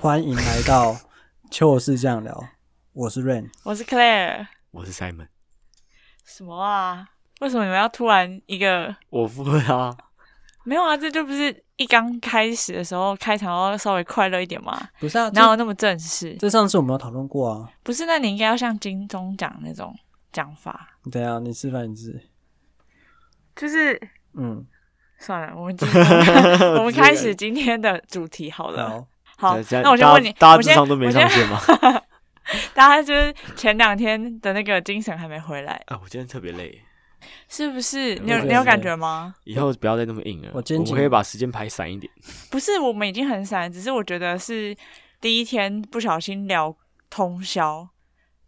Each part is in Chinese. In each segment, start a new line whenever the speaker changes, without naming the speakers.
欢迎来到秋是这样聊，我是 Rain。
我是 Claire。
我是 Simon，
什么啊？为什么你们要突然一个？
我不会啊，
没有啊，这就不是一刚开始的时候开场要稍微快乐一点嘛？
不是啊，
哪
这
有那么正式？
这上次我们有讨论过啊。
不是，那你应该要像金钟奖那种讲法，
你等一下啊你示范一次，
就是
嗯，
算了，我们今天 我们开始今天的主题好了。
好，
好，
现在
那我先
大家
问你，
大
我
家智
先
商都没
我
上
先
线吗？
大家就是前两天的那个精神还没回来，
啊，我今天特别累，
是不是？你有
我觉得
你有
是
感觉吗？
以后不要再那么硬了。
我
我
肩
们
颈
可以把时间排散一点。
不是，我们已经很散，只是我觉得是第一天不小心聊通宵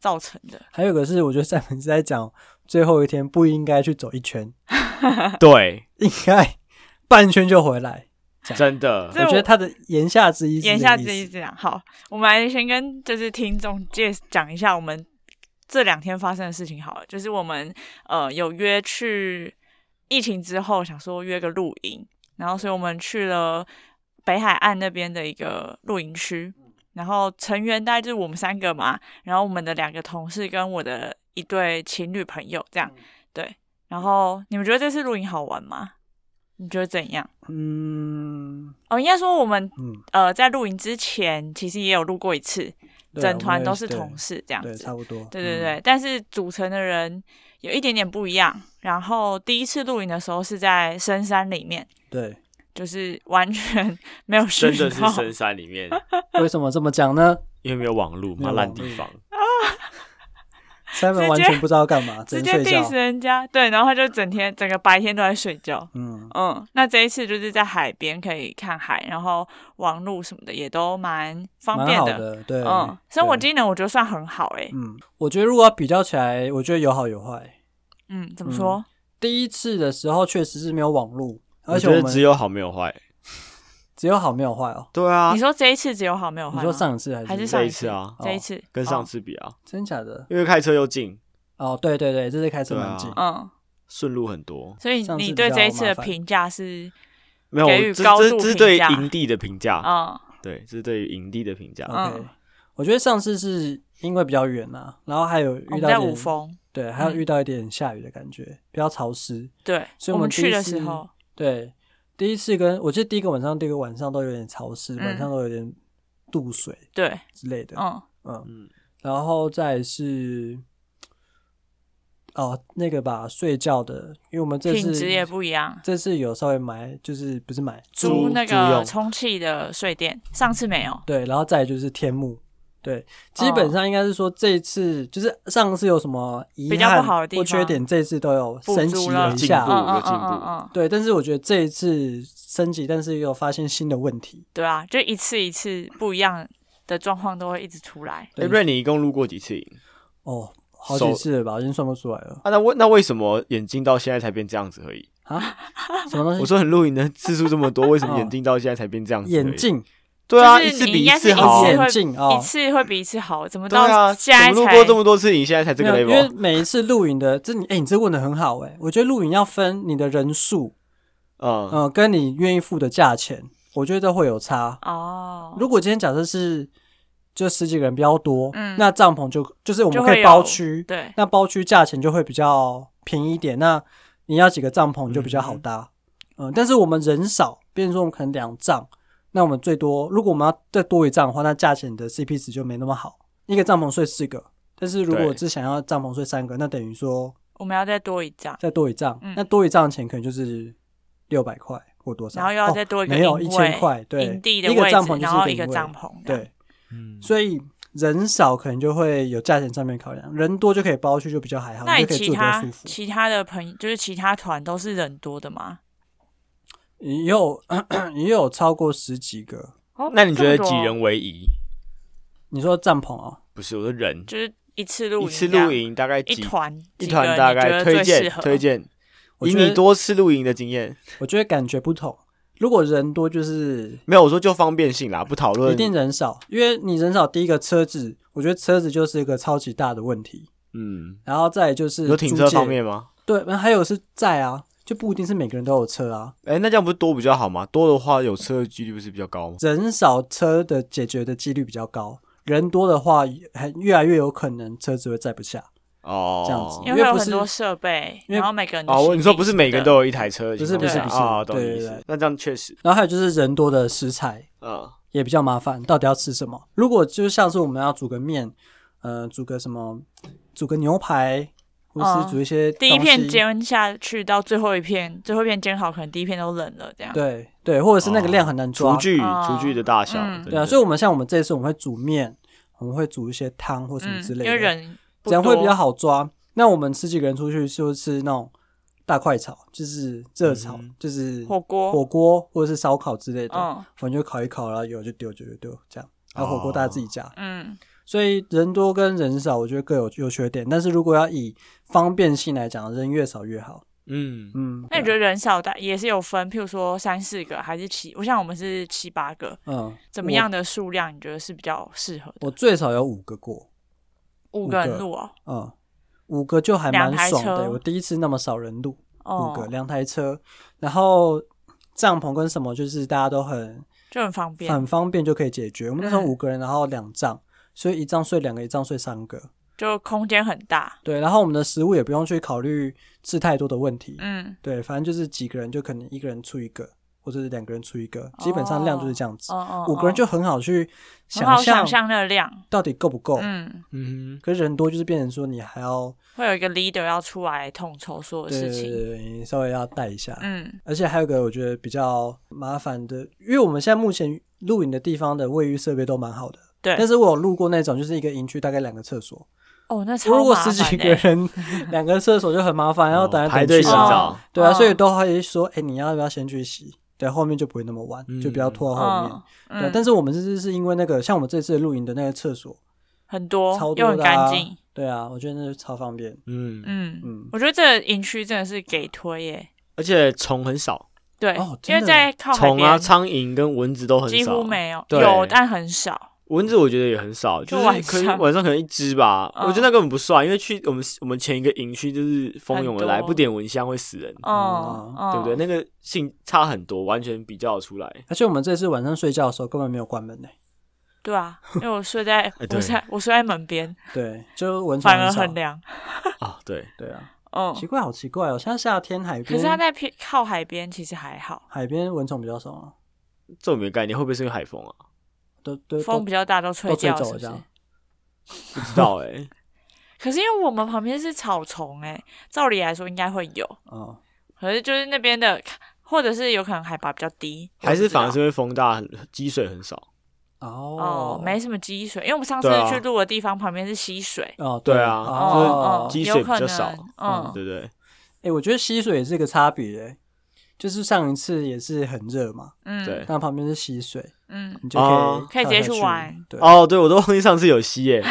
造成的。
还有一个是，我觉得赛文是在讲最后一天不应该去走一圈，
啊 对，
应该半圈就回来。
真的
我
这，
觉得他的言下之意是
言
这
下
个意
之意
思
是这样。好，我们来先跟就是听众介讲一下我们这两天发生的事情好了，就是我们呃有约去疫情之后想说约个露营，然后所以我们去了北海岸那边的一个露营区，然后成员大概就是我们三个嘛，然后我们的两个同事跟我的一对情侣朋友这样，
嗯
对。然后你们觉得这次露营好玩吗？你觉得怎样？
嗯
哦，应该说我们
嗯，
呃，在露营之前其实也有录过一次，
对啊
整
我
团
们也
都是
对
同事这样
对，
子
差。不多。嗯
对对对，但是组成的人有一点点不一样。然后第一次露营的时候是在深山里面，
对
就是完全 没有讯
真的是
号。
深山里 面，
对，为什么这么讲呢？
因为没有网路
没有
嘛，
网
烂
路
地方。
赛
直
文
接
完全不知道干嘛，只
直
能
接
睡觉
diss。人家，对，然后他就整天整个白天都在睡觉。
嗯，
嗯，那这一次就是在海边可以看海，然后网路什么的也都蛮方
蛮
便
好的，对，
嗯，生活
对
机能我觉得算很好诶、
嗯，我觉得如果要比较起来，我觉得有好有坏。
嗯，怎么
嗯
说？
第一次的时候确实是没有网路，而
我
且
觉
我
得
们
只有好没有坏。
只有好没有坏哦。
对啊
你，说这一次只有好没有
你
坏吗？
说上一次还是
还是
这
上
一次啊，
这一次哦
跟上
次，
次比啊，
真假的？
因为开车又近，
哦，对对对，这次开车蛮近
对，
嗯，
顺路很多。
所以
上次
你
比
对
较
这一次
麻
的
烦
评价是，
没有，
给予
这
高
这
度
这是
评
对
价
营地的评价，
嗯
对，这是对于营地的评价。
嗯
OK，我觉得上次是因为比较远啊，然后还有
我
遇
们
到
在
一
五
点
峰，嗯
对，还有遇到一点下雨的感觉，比较潮湿。
对，
所以
我
我们
们
第
去
一
的
次
时候，
对，第一次跟我记得第一个晚上、第二个晚上都有点潮湿，晚
嗯
上都有点渡水
对，
之类的。
嗯，
嗯，
嗯，
然后再来是哦那个吧，睡觉的，因为我们这
品质也
次
不一样。
这次有稍微买，就是不是买
租
租
那
租
个
用
充气的睡垫，上次没有，
对，然后再来就是天幕。对，基
哦
本上应该是说这一次就是上次有什么遗
比较不
憾
好的地
或缺
方
点，这一次都有
补
升
足
级
了
一
进
下
步
嗯
有。
嗯
进
嗯嗯
步
嗯，
对，但是我觉得这一次升级，但是又发现新的问题。
对啊，就一次一次不一样的状况都会一直出来。
哎，瑞，你一共录过几次营？
哦，好
手
几次了吧，我已经算不出来了
啊，那为那为什么眼镜到现在才变这样子而已？
啊！什
嗯
么东西？
我说很露营的次数这么多，为 什
哦
么眼镜到现在才变这样子而已？
眼镜，
对啊，
就
一
是
次
你
比
应该是
次
一
好
次
啊。
眼
会
镜哦
一次会比一次好，怎么
对
到
啊，
现在
我们
才
录过这么多次影，现在才这
没
个
有，因为
level。啊
每一次录影的，这你哎、你这问的很好哎、我觉得录影要分你的人数，
嗯，
呃，跟你愿意付的价钱，我觉得会有差。
哦，
如果今天假设是就十几个人比较多，
嗯
那帐篷就就是我
就
们
会
可以包
有
区，
对，
那包区价钱就会比较便宜一点。那你要几个帐篷就比较好搭，嗯、但是我们人少，比如说我们可能两帐，那我们最多如果我们要再多一帐的话，那价钱的 CP 值就没那么好。一个帐篷睡四个，但是如果
对
只想要帐篷睡三个，那等于说
我们要再多一张，
再多一帐，
嗯
那多一帐的钱可能就是六百块或多少，
然后又要再
哦
多一个
没有一
营
千
位
块，对，
营地的
一个
位
帐篷
置，然后
就是
一个
营位
帐，篷，
对，
嗯
所以人少可能就会有价钱上面考量，人多就可以包去就比较还好，
那
你
你
就可以
其
住得比较
他
舒服。
其他的朋友，就是其他团都是人多的吗？
也有 也有超过十几个，
哦
那你觉得几人为宜？
你说帐篷哦，
不是，我说人
就是一次露营
一
这
次
样？
露营大概
一
几
团
一
几
团
个
大
你觉
概
得
推
最
荐
适合
推荐，
我
以
觉得
你多次露营的经验，
我觉得感觉不同。如果人多就是
没有我说就方便性啦，不讨论
一定人少，因为你人少，第一个车子，我觉得车子就是一个超级大的问题。
嗯，
然后再来就是
有停车
租借
方，面吗？
对，那还有是在啊，就不一定是每个人都有车啊。
哎、那这样不是多比较好吗？多的话，有车的几率不是比较高吗？
人少车的解决的几率比较高，人多的话，很越来越有可能车子会载不下。
哦，
这样子
因
因为
为有
不
很
是
多设备，
因为
然后每个人的
哦，
行
你说不
李
是每个人
什么
都有一台车的
不
情
是
况
不
下，
是
不是
啊，懂
对
你意
对对
思。那这样确实，
然后还有就是人多的食材
嗯，
也比较麻烦，到底要吃什么？如果就像是我们要煮个面，呃，煮个什么，煮个牛排，或
哦
是煮一些
第一片
东西
煎下去到最后一片，最后一片煎好，可能第一片都冷了这样。
对对，或者是那个量很难抓。
厨具，
哦
厨具的大小
嗯，
对啊，所以我们像我们这一次我们会煮面，我们会煮一些汤或什么
嗯，
之类的，
因为人不
这样会比较
多
好抓。那我们十几个人出去就吃那种大块炒，就是热炒，
嗯
就是
火锅
火锅或者是烧烤之类的，
嗯
反正就烤一烤，然后油就丢就丢丢这样。然后火锅大家自己加，
嗯，
所以人多跟人少，我觉得各有优缺点。但是如果要以方便性来讲，人越少越好。
嗯，
嗯，
那你觉得人少的也是有分，譬如说三四个还是七？我想我们是七八个，
嗯，
怎么样的数量你觉得是比较适合的？
我？我最少有五个过，
五
五
个人
个
录哦，
嗯，五个就还蛮
两台
爽的。
车
我第一次那么少人录，
哦，
五个两台车，然后帐篷跟什么，就是大家都很
就很方便，
很方便就可以解决。我们那时候
嗯
五个人，然后两帐，所以一帐睡两个，一帐睡三个。
就空间很大。
对，然后我们的食物也不用去考虑吃太多的问题。
嗯，
对，反正就是几个人就可能一个人出一个，或者是两个人出一个，基本上量就是这样子。
哦哦，
五个人
哦
就很好去
很好
象哦
想象那个量。
到底够不够。
嗯，
嗯
可是人多就是变成说你还要
会有一个 leader 要出来统筹所有
对
事
对对
情。
对，你稍微要带一下。
嗯，
而且还有一个我觉得比较麻烦的，因为我们现在目前露营的地方的卫浴设备都蛮好的，
对。
但是我有路过那种就是一个营区大概两个厕所，
哦，那超
如果
麻
十几
烦
个
欸
人 两个厕所就很麻烦，要等来
哦
等
排队
去
洗
啊
澡，
对啊，
哦
所以都会说，哎、你要不要先去洗？对，后面就不会那么晚，
嗯
就不要拖到后面。
嗯，
对，啊
嗯
但是我们这次是因为那个，像我们这次露营的那个厕所，
很多，
超
哦又
多
很
的、
干
啊
净。。
对啊，我觉得那就超方便。
嗯，
嗯
嗯
我觉得这个营区真的是给推耶，
而且虫很少，
对，
哦真
因为
的
在靠海
虫
边、
啊、苍蝇跟蚊子都很少，
几乎没有，
对
有但很少。
蚊子我觉得也很少，
就
就是
晚
可以
上
晚上可能一只吧，
嗯
我觉得那根本不算，因为去我们我们前一个营区就是蜂拥而来，
很多
不点蚊香会死人，
哦、嗯，
对不对？那个性差很多，完全比较得出来。
而且我们这次晚上睡觉的时候根本没有关门呢、欸
对 啊，因为我睡在
哎对
我在我睡在门边，
对，就蚊虫
反而
少
很。凉。
啊，对，
对啊，
嗯，
奇怪，好奇怪哦！像夏天海
可是它
边，
在偏靠海边，其实还好，
海边蚊虫比较少啊，
这我没概念，会不会是因为海风啊？
都都
风
都
比较大，都吹
都吹
掉
走
是
了
不
这
是？
样。
不知道 哎、
可是因为我们旁边是草丛，哎，照理来说应该会有，
哦，
可是就是那边的，或者是有可能海拔比较低，
还
我
是
不知道
反而是因为风大，很积水很少。
哦
哦，没什么积水，因为我们上次
对啊
去录的地方旁边是溪水，
哦，
对啊
哦
嗯，
就是积
有
水
可
比较少
能嗯，
对不对？
哎、我觉得溪水也是一个差别、欸，就是上一次也是很热嘛，
嗯，
对
但旁边是溪水，
嗯，
你就可以、
哦
可以直接
去
去玩，
对。
哦，对，我都忘记上次有 吸耶、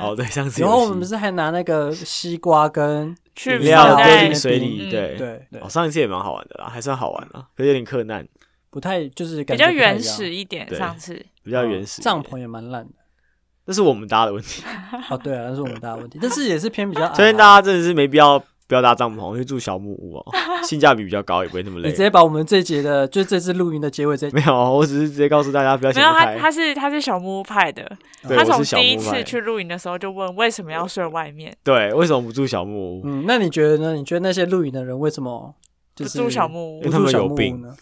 哦，对，上次
然
有吸。
啊后我们不是还拿那个西瓜跟
去
饮
饮料
料在
放
丢
那
在
进水
边
里，
嗯
对。
对对
哦，，上一次也蛮好玩的啦，还算好玩啦，可是有点困难，
不太就是
比
感觉
较
不太一样
原始，一点，
对
上次
比较原始
哦
一点。
帐篷也蛮烂的。
那是我们搭的 问题。
哦，对啊，那是我们大的问题，但是也是偏比较矮啊。
推荐大家真的是没必要不要搭帐篷，去住小木屋 哦，性价比比较高，也不会那么
你
累
直。接把我们这节的，就是这次录音的结尾这
没有，啊我只是直接告诉大家不要
没
想
有
啊
不
他，
开。
他是他是小木屋派的，
对
他
我
从
是小
第一
木屋
次
派。
去露营的时候就问为什么要睡外面，
对，为什么不住小木屋？
嗯，那你觉得呢？你觉得那些露营的人为什么就
不
是
住小
不
木屋
因为，他
住
们
小
有
木屋
病
呢？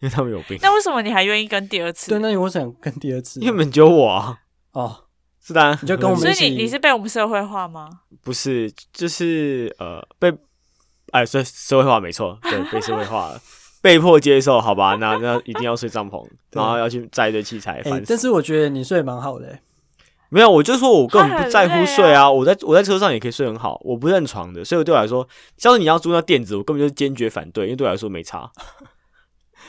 因为他们有病。
那为什么你还愿意跟第二次
对，？那你为什么跟第二次呢？
因为你们只有我啊，
哦，
是当然。
你就跟我们
所以
一
你
起
你是被我们社会化吗？
不是，就是呃被，哎，社社会化没错， 对，被社会化了，被迫接受，好吧？那那一定要睡帐篷，
对
然后要去载一堆器材，
哎、
烦死
但。是我觉得你睡得蛮好的、欸，
没有，我就说我根
他
本不
很
在乎
累
睡
啊
啊，我在我在车上也可以睡很好，我不认床的，所以对我来说，像是你要租那垫子，我根本就是坚决反对，因为对我来说 没差。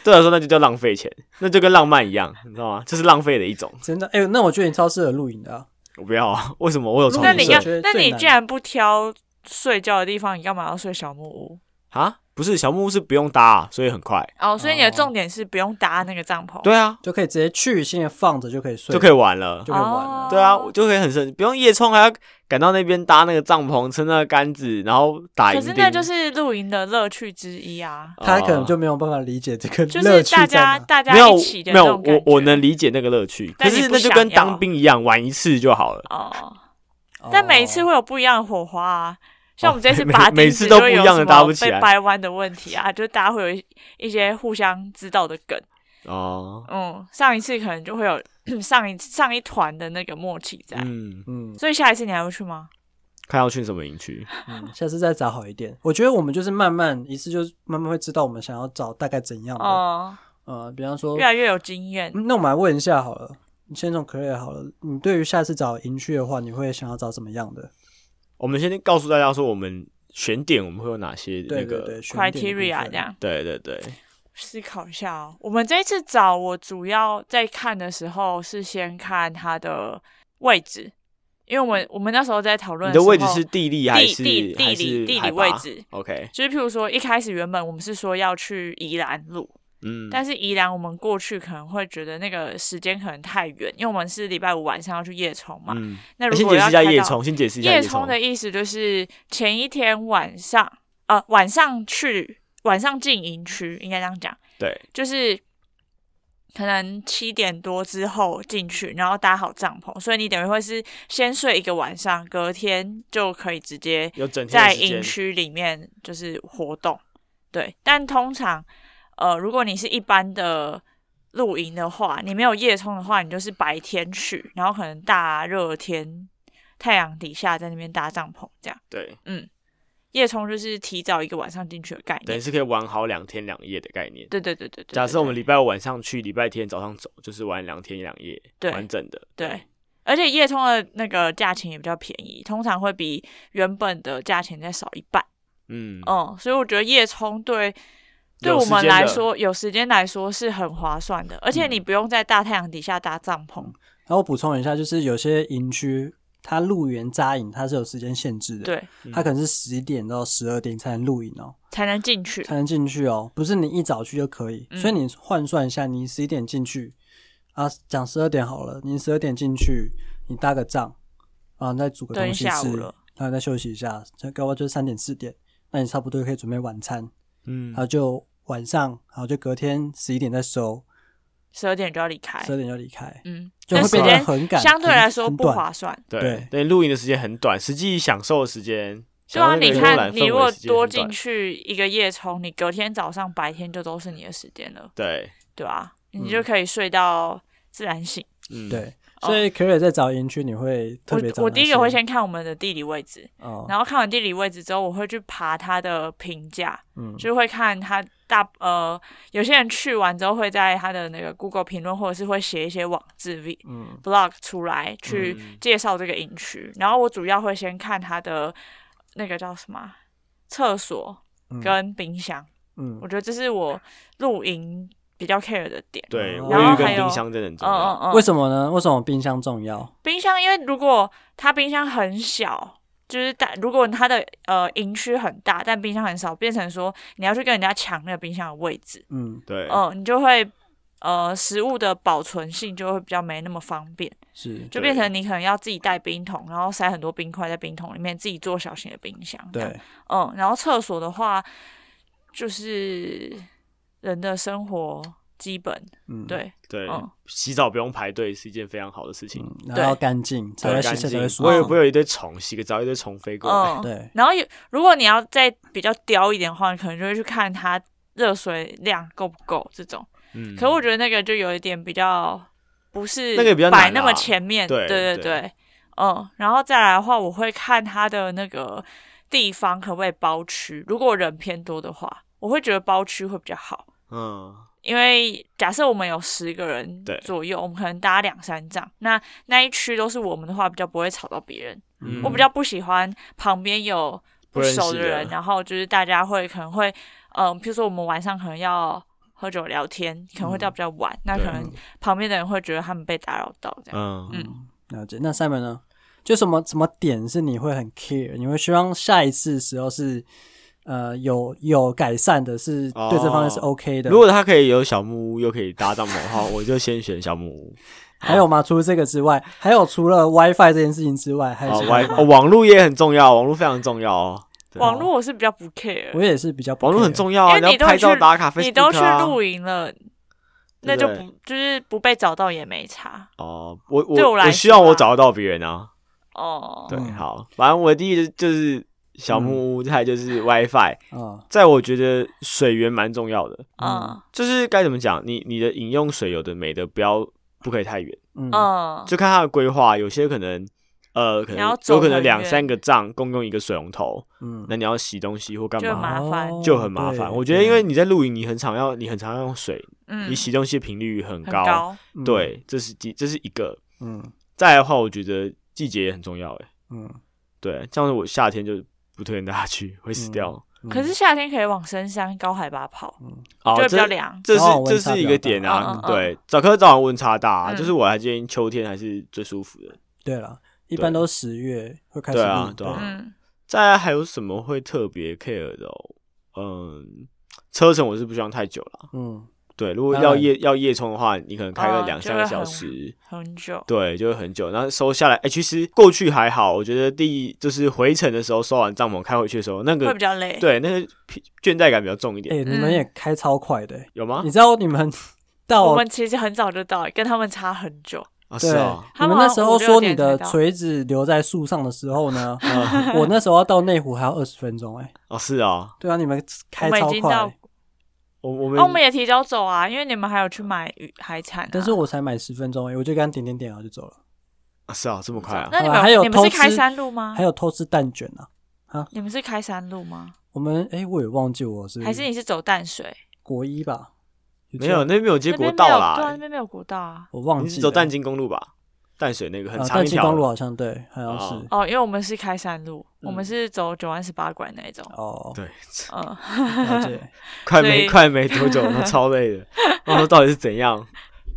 对我来说，那就叫浪费钱，那就跟浪漫一样，你知道吗？这是浪费的一种。
真的。哎、那我觉得你超适合露营的、啊。
我不要啊！为什么我有床
那
那
不
你
我
要
睡
觉得
那
最
你
难
既然不挑睡觉的地方，你干嘛要睡小木屋？
啊？不是小木屋是不用搭、啊，所以很快。
哦，所以你的
哦
重点是不用搭那个帐篷，
对啊，
就可以直接去，现在放着就可以睡，
就可以玩了。
就可以玩了
哦
对啊，我就可以很省，不用夜冲，还要赶到那边搭那个帐篷，撑那个杆子，然后打
可
营
是
钉。
那就是露营的乐趣之一啊，
他可能
哦
就没有办法理解这个
就
乐
是
趣
大
在
家
哪。
大家
没有
一起的
没
那
有，
种感
我
觉。
我能理解那个乐趣，可
但你
是
不
那就
想
跟
要
当兵一样，玩一次就好了。
哦，
哦
但每一次会有不一样的火花啊。像我们这次
哦每
拔
每
钉
次
子
都
就会有
不一样的
什么
搭不起来
被掰弯的问题啊，就大家会有一一些互相知道的梗。
哦，
嗯，上一次可能就会有上一上一团的那个默契在，
嗯，
嗯
所以下一次你还会去吗？
看要去什么营区，
嗯，下次再找好一点。我觉得我们就是慢慢一次，就是慢慢会知道我们想要找大概怎样的。
哦、
呃，比方说
越，来越有经验。
嗯那我们来问一下好了，你先从 Clare 好了，你对于下次找营区的话，你会想要找怎么样的？
我们先告诉大家说我们选点我们会有哪些那
对
个
对对选点的部
criteria 啊
分
这样
对对对，
思考一下哦。我们这一次找我主要在看的时候是先看它的位置，因为我们我们那时候在讨论
你的
时
位置
候
是地利还
地
是
地地
还是
理地
海
理
拔
位置。
？OK，
就是譬如说，一开始原本我们是说要去宜兰路，
嗯，
但是宜兰我们过去可能会觉得那个时间可能太远，因为我们是礼拜五晚上要去夜冲嘛。
嗯，
那
先
如果
解
要
释一下
开到
夜冲，先解释一下
夜
冲
冲的意思就是前一天晚上，呃，晚上去晚上进营区，应该这样讲，
对，
就是可能七点多之后进去，然后搭好帐篷，所以你等于会是先睡一个晚上，隔天就可以直接
有整天
在
的时
营
间，
区里面就是活动。对，但通常呃，如果你是一般的露营的话，你没有夜冲的话，你就是白天去，然后可能大热天太阳底下在那边搭帐篷这样。
对，
夜冲就是提早一个晚上进去的概
等于
念。
是可以玩好两天两夜的概念。
对对对对对对。
假设我们
对
礼拜五晚上去，礼拜天早上走，就是玩两天两夜，
对
完整的。
对，而且夜冲的那个价钱也比较便宜，通常会比原本的价钱再少一半。
嗯，
嗯，所以我觉得夜冲对对
有
我
时
们
间
来
的
说，有时间来说是很划算的，而且
嗯
你不用在大太阳底下搭帐篷。
然后我补充一下，就是有些营区它入园扎营它是有时间限制的，，
对，
它可能是十点到十二点才能露营哦，
才能进去。
才能进去哦，不是你一早去就可以。
嗯
所以你换算一下，你十一点进去啊，讲十二点好了，你十二点进去，你搭个帐啊，再煮个
对
东西
下午
吃，
了
然后再休息一下，再搞不好就是三点四点，那你差不多可以准备晚餐，
嗯
然，后就晚上，然后就隔天十一点再收，
十二点就要离开
十。二点就离开，
哎嗯，
就
这
会
时
变得
间
很赶，
相对
很
来说
很
不
短
划算。
对
对，
对，露营的时间很短，实际享受的时间，
对啊，
享受那
你
个慵
看，
懒
你
氛
如
围
果
的时间
多
很
进
短，
去一个夜冲，你隔天早上白天就都是你的时间了，
对，
对吧？
嗯
你就可以睡到自然醒。
嗯，
对，
哦
所以 Kerry 在找营区，你会特
我
别找
我
哪
第一个会
些
先看我们的地理位置，
哦，
然后看完地理位置之后，我会去爬它的评价，
嗯
就是会看它大呃，有些人去完之后会在他的那个 Google 评论，或者是会写一些网志 V
嗯
blog 出来去介绍这个营区。然后我主要会先看它的那个叫什么啊厕所
嗯
跟冰箱，
嗯
我觉得这是我露营比较 care 的点。
对，
然
卫
后
浴
还
跟
有
冰箱真的很重
嗯嗯
要。
嗯，
为什么呢？为什么冰箱重要？
冰箱，因为如果它冰箱很小，就是大，如果它的呃营区很大，但冰箱很少，变成说你要去跟人家抢那个冰箱的位置，
嗯，
对，
嗯、你就会呃食物的保存性就会比较没那么方便，
是
就
对
变成你可能要自己带冰桶，然后塞很多冰块在冰桶里面，自己做小型的冰箱。这样
对，
嗯，然后厕所的话，就是人的生活基本，
嗯，
对，
对
嗯，
洗澡不用排队是一件非常好的事情，
嗯，然后要干净，才
对，
会
干
洗起来才
净
会，舒
不会有不
服
会。有一堆虫，洗个澡一堆虫飞过来。
嗯，
对，
然后有，如果你要再比较刁一点的话，你可能就会去看它热水量够不够这种。
嗯，
可我觉得那个就有一点比较不是
那个比较难
摆那么
啦
前面，
对
对
对
对，嗯，然后再来的话，我会看它的那个地方可不可以包区，如果人偏多的话，我会觉得包区会比较好。
嗯，
因为假设我们有十个人
对
左右，我们可能搭两三张，那那一区都是我们的话，比较不会吵到别人。
嗯
我比较不喜欢旁边有不熟的
不认
人，
识的
然后就是大家会可能会，嗯、譬如说我们晚上可能要喝酒聊天，可
嗯
能会到比较晚，那可能旁边的人会觉得他们被打扰到这样。
嗯
嗯
了解。那 Simon 呢？就什么什么点是你会很 care，你会希望下一次的时候是呃有有改善的是，对这方面是
哦
OK 的。
如果他可以有小木屋，又可以搭帐篷的话，我就先选小木屋。
还有吗？除了这个之外，还有除了 WiFi 这件事情之外，还有
啊
什，么
网
吗
哦网络也很重要，网络非常重要哦。对
网络我是比较不 care，
我也是比较不
网络
care
很重要
因
啊，
为
你要
你都
拍照
去
打卡，
你都去
Facebook 啊
露营了，那就
对不对
不就是不被找到也没差
哦。我
对
我
我来
我希望
说啊
我找得到别人啊。
哦。
对，
嗯
好，反正我的第一就是就是小木屋，再来就是 WiFi。
啊，
在我觉得水源蛮重要的，
嗯
就是该怎么讲，你你的饮用水有的没的不要不可以太远，
嗯嗯
嗯，
就看它的规划，有些可能。呃，可
你
能
要
有
走
可能
很
两
远
三个帐共用一个水龙头，
嗯
那你要洗东西或干
就很
嘛
麻烦
哦
就很麻烦。
对
我觉得，因为
对
你在露营，你很常要你很常要用水，
嗯
你洗东西的频率很
很
高，
高，
嗯
对，这是第这是一个。
嗯
再来的话，我觉得季节也很重要，哎，
嗯，
对，这样子我夏天就不推荐大家去，会死
嗯
掉。
嗯
可是夏天可以往深山高海拔跑，
哦
就会比较
这
凉。
这是
早晚温
这
差
是一
比
个
较大
点啊
嗯嗯，嗯
对，早可是早晚温差大啊，
嗯
就是我还建议秋天还是最舒服的。
对了，一般
对
都十月会开始
对啊
录
对啊
嗯，
再来还有什么会特别 care 的哦？嗯，车程我是不希望太久了，
嗯
对，如果
当
要
然
夜要夜冲的话，你可能开个
哦
两
就
三
会
个小
很
时。
很久。
对，就会很久。然后收下来，哎、其实过去还好，我觉得第就是回程的时候收完帐篷开回去的时候，那
会
个
比较累，
对那个疲倦怠感比较重一点，
哎，你们也开超快的，欸
有吗
你？知道你们
嗯 我
到
们其实很早就到，跟他们差很久。
啊，是
对
啊，，
你
他
们
们
那
好像
时候
5-6
说你
点才
的
到
锤子留在树上的时候 呢，我那时候要到内湖还要二十分钟，哎，
哦是啊，
对啊，你们开
我们已
超
经到
快，欸
我我们、
哦那、我们也提早走啊，因为你们还有去买鱼海产、啊。
但是我才买十分钟，哎，我就跟他点点点，然后就走了，
啊是啊，这么快啊？
那你
好啦还有
们你们
偷
是
吃
开山路吗
还？有偷吃蛋卷啊，
你们是开山路吗？
我们哎，我也忘记我是
还是你是走淡水？
国一吧？
没有，那边有接
那
国
边
道
没有，
啦、
对啊，那边没有国道啊。
我忘
你
记了
是走淡金公路吧？淡水那个很
啊
长
淡
一
金
条
公路
的，
好像对，好像是
哦，因为我们是开山路，
嗯
我们是走九万十八拐那一种。
哦，
对，
嗯，
了解，
快
所
没
以
快没多久，那超累的。我说到底是怎样？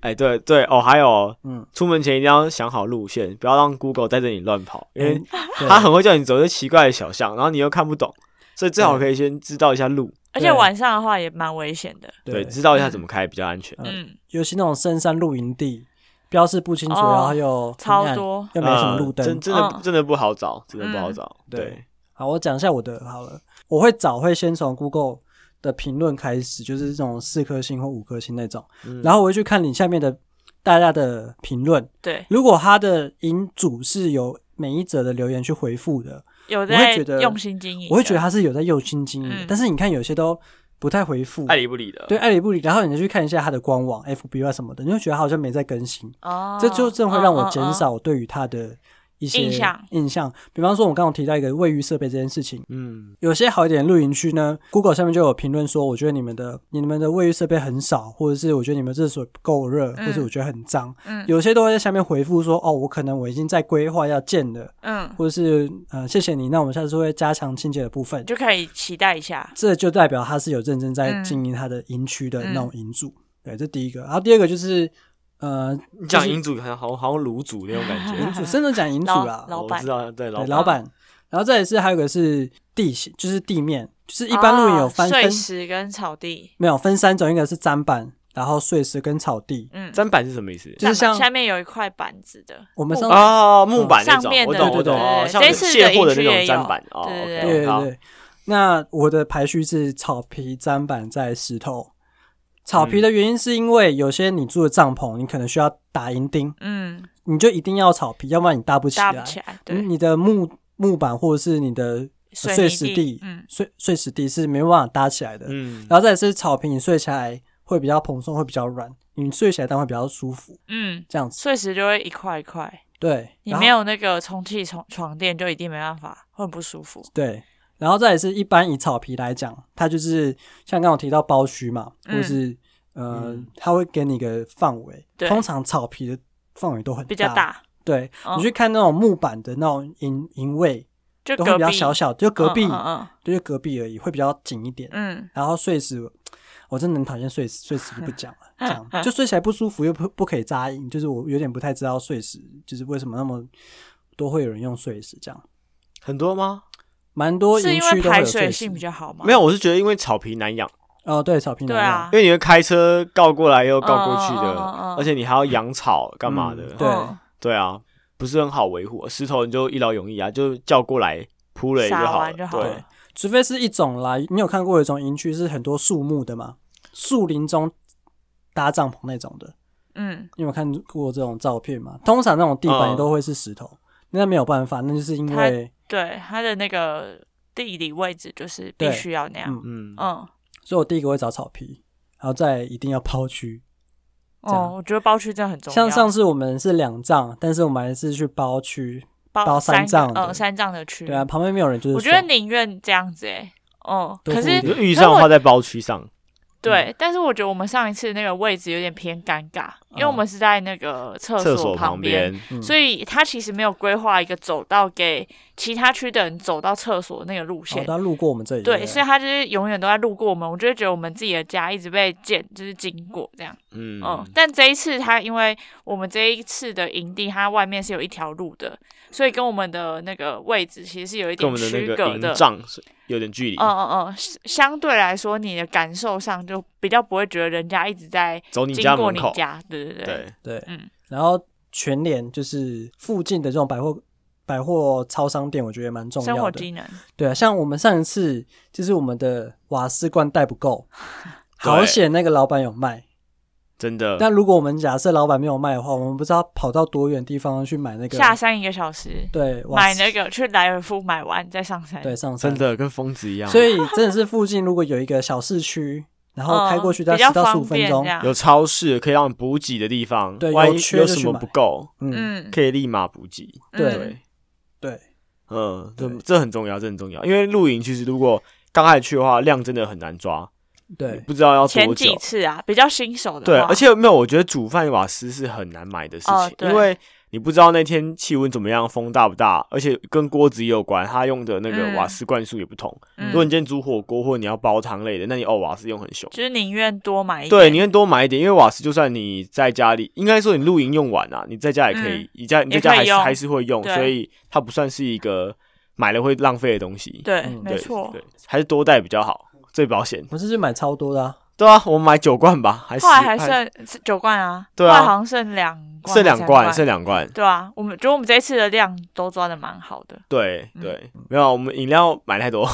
哎、对对哦，还有
嗯，
出门前一定要想好路线，不要让 Google 带着你乱跑，因为
哎对
他很会叫你走一些奇怪的小巷，然后你又看不懂，所以最好可以先知道一下路，
而且晚上的话也蛮危险的。
对，
对，
知道一下怎么开比较安全。
嗯，
尤其那种深山露营地，标示不清楚，
哦
然后又
超
阴暗
多
又没什么
呃
路
真
灯。
真的
嗯
真的不好找，真的不好
嗯
找。
对
对，
好，我讲一下我的好了，我会找会先从 Google 的评论开始，就是这种四颗星或五颗星那种，
嗯
然后我会去看你下面的大家的评论，
对，
如果他的营主是有每一则的留言去回复的，
有
我会
在
觉得
用心经营的。
我会觉得他是有在用心经营的，
嗯
但是你看有些都不太回复，
爱理不理的，
对，爱理不理。然后你就去看一下他的官网、FB 啊什么的，你就觉得他好像没在更新，
哦，
这就真的会让我减
嗯。嗯嗯
少对于他的一些
印象
印象。比方说，我刚刚提到一个卫浴设备这件事情，
嗯，
有些好一点的露营区呢，Google 下面就有评论说，我觉得你们的你们的卫浴设备很少，或者是我觉得你们热水不够热，
嗯
或者我觉得很脏。
嗯
有些都会在下面回复说，哦，我可能我已经在规划要建了，
嗯，
或者是呃，谢谢你，那我们下次会加强清洁的部分
你。就可以期待一下。
这就代表他是有认真在
嗯
经营他的营区的那种营主。对，这第一个。然后第二个就是呃，
你讲银主好像好像好像卤煮那种感觉，
主真的讲营主啦，
老
我
板
知道，对老
对老板。然后再也是还有一个是地形，就是地面，就是一般露营有分
哦
分、
碎石跟草地，
没有分三种，一个是砧板，然后碎石跟草地。
嗯，
砧板是什么意思？
就是像
下面有一块板子的，
我们上次
哦，木板那
上
种，
面
我
的
懂
对
我懂
对
哦，
对
像
这
是
次的
卸货的
营区
那种
也有
砧板哦
对
对
对
，OK，
对
好，
对。那我的排序是草皮、砧板在石头。草皮的原因是因为有些你住的帐篷，你可能需要打银钉，
嗯，
你就一定要草皮，要不然你搭不起
搭
来。
不起来，对
嗯，你的木木板或者是你的呃碎
泥
石地、
嗯
碎碎石地是没有办法搭起来的。
嗯，
然后再来是草皮，你睡起来会比较蓬松，会比较软，你睡起来当然会比较舒服，
嗯，
这样子。
碎石就会一块一块，
对，
你
然后
没有那个充气床床垫就一定没办法，会很不舒服，
对，然后再来是一般以草皮来讲，它就是像刚刚我提到包区嘛，或者是、呃
嗯，
它会给你一个范围，
对
通常草皮的范围都很
比较
大。
大，
对，
嗯
你去看那种木板的那种营营位，
就
都会
隔
比
壁
较小小，就隔壁，
嗯嗯
就是隔壁而已，会比较紧一点。
嗯
然后碎石，我真的很讨厌碎石，碎石就不讲了，这 样就睡起来不舒服，又不不可以扎营，就是我有点不太知道碎石，就是为什么那么多会有人用碎石这样。
很多吗？
蛮多
是
营
因
区
为
都会
排
有
水
碎
性
石
比。较好吗？
没有，我是觉得因为草皮难养，
哦，对，草坪
对
南亚
啊
因为你会开车告过来又告过
嗯
去
嗯嗯嗯
的
嗯，
而且你还要养草干嘛的
嗯？对
嗯，
对啊，不是很好维护。石头你就一劳永逸啊，就叫过来铺了也就
撒
好
完就
了。
好
对
了，。
除非是一种啦，你有看过有一种营区是很多树木的嘛，树林中搭帐篷那种的，
嗯，
你有看过这种照片吗？通常那种地板
哦
也都会是石头，那没有办法，那就是因为
对，它的那个地理位置就是必
对
须要那样。
嗯，
嗯，
所以我第一个会找草皮，然后再一定要抛区。这样
哦，我觉得包区真的很重要。
像上次我们是两帐，但是我们还是去包区，包三
三
藏的
嗯，三藏的区。
对啊，，旁边没有人就是
我觉
爽
得宁愿这样子哎。哦，
多
可
付
是
一
你
点
就遇上的话在包区上，嗯
对，但是我觉得我们上一次那个位置有点偏尴尬，因为我们是在那个厕
嗯厕所
旁
旁，边，
嗯
所以他其实没有规划一个走道给其他区的人走到厕所那个路
好，
线。
他路过我们这里，
对，所以他就是啊永远都在路过我们，我就会觉得我们自己的家一直被见，就是经过这样。
嗯
嗯，但这一次他因为我们这一次的营地，它外面是有一条路的，所以跟我们的那个位置其实是有一
跟
点
我们的
区
那
隔
个
的
营。帐是有点距离
嗯，嗯嗯，是相对来说，你的感受上就比较不会觉得人家一直在
走你
经
家
过
门
你
口，
家，对对对，
对，
对，
嗯
然后全联就是附近的这种百货百货超商店，我觉得蛮重
生
要
活
的
技。能，
对啊，像我们上一次就是我们的瓦斯罐带不 够，好险那个老板有卖。
真的。
但如果我们假设老板没有卖的话，我们不知道跑到多远地方去买那个
下山一个小时，
对瓦
买
斯
那个去莱尔夫买完再上山，
对上山
真。的跟疯子一样，
所以真的是附近如果有一个小市区，然后
嗯
开过去大
比
概
较
十到十五
方
分
便这
钟，
样，
有超市可以让你补给的地方，
对
万
有
一
缺
有
就
什
去
么
买
不够，
嗯，
嗯，
可以立马补给。
对
嗯
对，
对，
嗯，这
对
这很重要，这很重要，因为露营其实如果刚开始去的话，量真的很难抓，你
对，
不知道要
前
多
几
久。
次啊，比较新手的
对，
话
而且没有，我觉得煮饭瓦斯是很难买的事情，
哦对
因为你不知道那天气温怎么样，风大不大，而且跟锅子也有关，它用的那个
嗯
瓦斯罐数也不同。
嗯
如果你今天煮火锅或你要煲汤类的，那你哦瓦斯用很凶。
就是宁愿多买一
对，
点
你可以多买一点，因为瓦斯就算你在家里，应该说你露营用完啊，你在家也可以，
嗯
你家你在
也
家
可以
还是
用
还是会用，
对
所以它不算是一个买了会浪费的东西。
对，
嗯
没错
对。，还是多带比较好，最保险。
我是去买超多的、啊，
对啊，我们买九罐吧，还是
后来还剩是九罐啊，
对啊
后来好像剩两罐，
剩两罐，
还
剩
三
两罐。
对啊，我们觉得我们这一次的量都抓的蛮好的，
对
嗯
对，没有，我们饮料买 太多，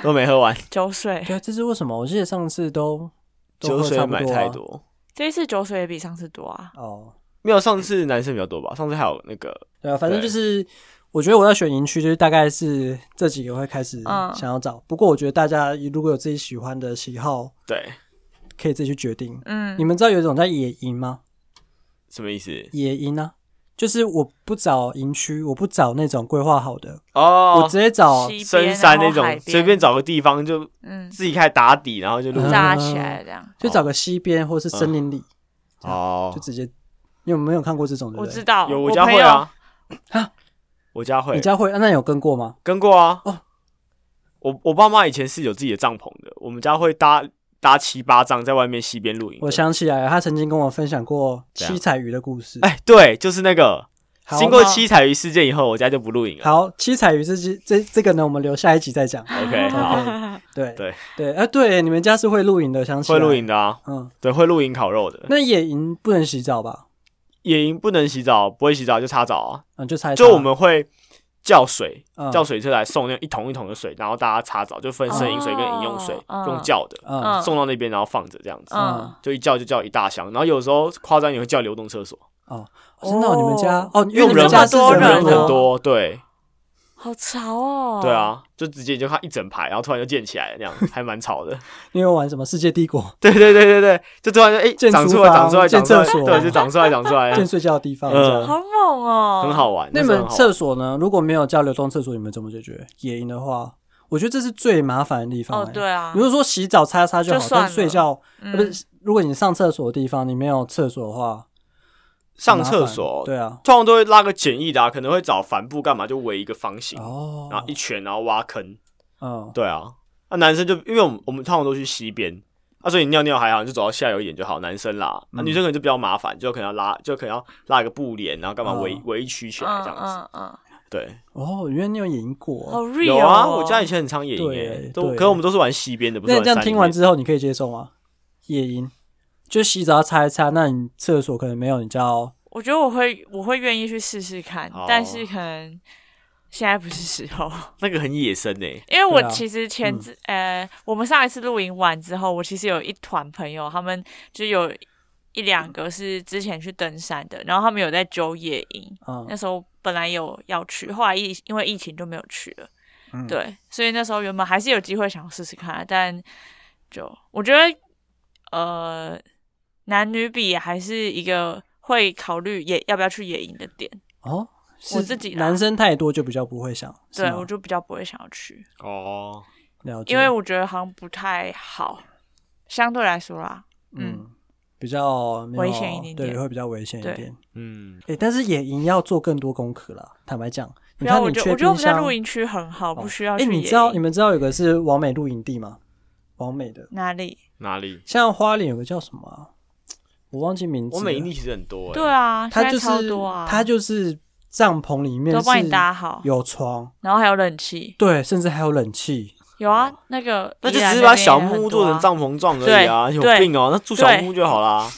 都没喝完，
酒水
对，这是为什么？我记得上次都都
酒
喝差
水
不
买
多、
太
啊、
多。
这一次酒水也比上次多啊，
哦，
没有，上次男生比较多吧，上次还有那个
对啊，反正
对
就是我觉得我要选营区，就是大概是这几个会开始
嗯
想要找。不过我觉得大家如果有自己喜欢的喜好，
对，
可以自己去决定。
嗯
你，们知道有一种叫野营吗？
什么意思？
野营呢、就是我不找营区，我不找那种规划好的，我
哦，
直接找
西边
深山
然
那
后海
种，
边
随便找个地方就
嗯
自己开始打底，然后就录
嗯
扎起来这样，
就找个溪边或是森林里，
哦
就，直接。你有没有看过这种？对不
我
对
知道，
嗯有
嗯我
家
朋
会
友
啊
啊，
我家会
你家会、啊那你有跟过吗？
跟过啊
哦。
我我爸妈以前是有自己的帐篷的，我们家会搭搭七八帐在外面西边露营的。
我想起来了，他曾经跟我分享过
怎样
七彩鱼的故事。
哎，对，就是那个。
好啊
经过
那
七彩鱼事件以后，我家就不露营了。
好，七彩鱼这只这这个呢，我们留下一集再讲。
OK，好，
对
对
对，啊，对，你们家是会露营的，想起来
会露营。的啊，
嗯，
对，会露营烤肉的。
那野营不能洗澡吧？
野营不能洗澡，不会洗澡就擦澡啊。
嗯，就猜
就我们会叫水，
嗯
叫水车来送那一桶一桶的水，然后大家擦澡，就分生饮水跟饮用水，
哦
用叫的
嗯
送到那边，然后放着这样子，
嗯，
就一叫就叫一大箱。然后有时候夸张也会叫流动厕所，
哦真的哦
哦
你们家哦，因为
我
你
们
们家
这么
是
多
人啊
人
很
哦
多，对
好潮哦，
对，啊，就直接就看一整排，然后突然就建起来，那样 还蛮吵的。
你有玩什么世界帝国
对对对对对，就突然就哎
建
长
厨
出来，
房
长出来，
建
长出来，
厕所
对，就长出来，长出来，
建睡觉的地方？
嗯
这样
好猛哦，
很好玩。
那你
时候很
们
好玩
厕所呢？如果没有叫流动厕所，你们怎么解决？野营的话，我觉得这是最麻烦的地方。
哦，
哎
对啊
比，如说洗澡擦擦就好
就，算
但
了
睡觉
嗯
呃不是？如果你上厕所的地方你没有厕所的话，很
上
麻
厕
烦
所，
对啊，
通常都会拉个简易的、啊，可能会找帆布干嘛，就围一个方形，
哦，
然后一圈，然后挖坑。
嗯，
对啊，那、男生就因为我们我们通常都去西边，啊，所以你尿尿还好，你就走到下游一点就好。男生啦，那、
嗯
女生可能就比较麻烦，就可能要拉，就可能要拉一个布帘，然后干嘛围
嗯
围一区起来这样子。
嗯嗯嗯，
对，
哦，原来你有野营
好
过。
real
有啊，
哦
我家以前很常野营
对
诶，都
对
可我们都是玩西边的，不是
那
玩
你这样
山里
听完
面。
之后，你可以接受吗？野营就洗澡要擦一擦，那你厕所可能没有，你叫
我觉得我会我会愿意去试试看，
哦
但是可能现在不是时候，
那个很野生欸诶，
因为我
对啊
其实前之、呃，我们上一次露营完之后，我其实有一团朋友，他们就有一两个是之前去登山的，然后他们有在揪野营，
嗯
那时候本来有要去，后来疫因为疫情就没有去了。
嗯
对，所以那时候原本还是有机会想要试试看，但就我觉得，呃，男女比还是一个会考虑也要不要去野营的点。
哦，是
我自己啦
男生太多就比较不会想，是
对，
吗
我就比较不会想要去，
哦，
了解，
因为我觉得好像不太好，相对来说啦，嗯
嗯比较没有
危险一点点
对，会比较危险一
对
点。
嗯，
哎、但是野营要做更多功课啦。坦白讲，你
对啊，
看
我
你
觉
确
得
定
我觉得我们在
像
露营区很好，不需要去
哎、
野营。
你知道你们知道有个是完美露营地吗？完美的，
哪里？
哪里？
像花莲有个叫什么、啊，我忘记名字
我
了。
美丽其实很多诶，欸
对，啊，
它
现
就
在
是
超多啊，
它就是帐篷里面
都帮你搭
是
好，
有床，
然后还有冷气，
对，甚至还有冷气。
有
哦
啊，那个
那就
宜兰
只是
那
把
边
小
也很
木屋
多
做
啊
成帐篷状而已啊，
对
有
对
病哦，那住小木屋就好啦。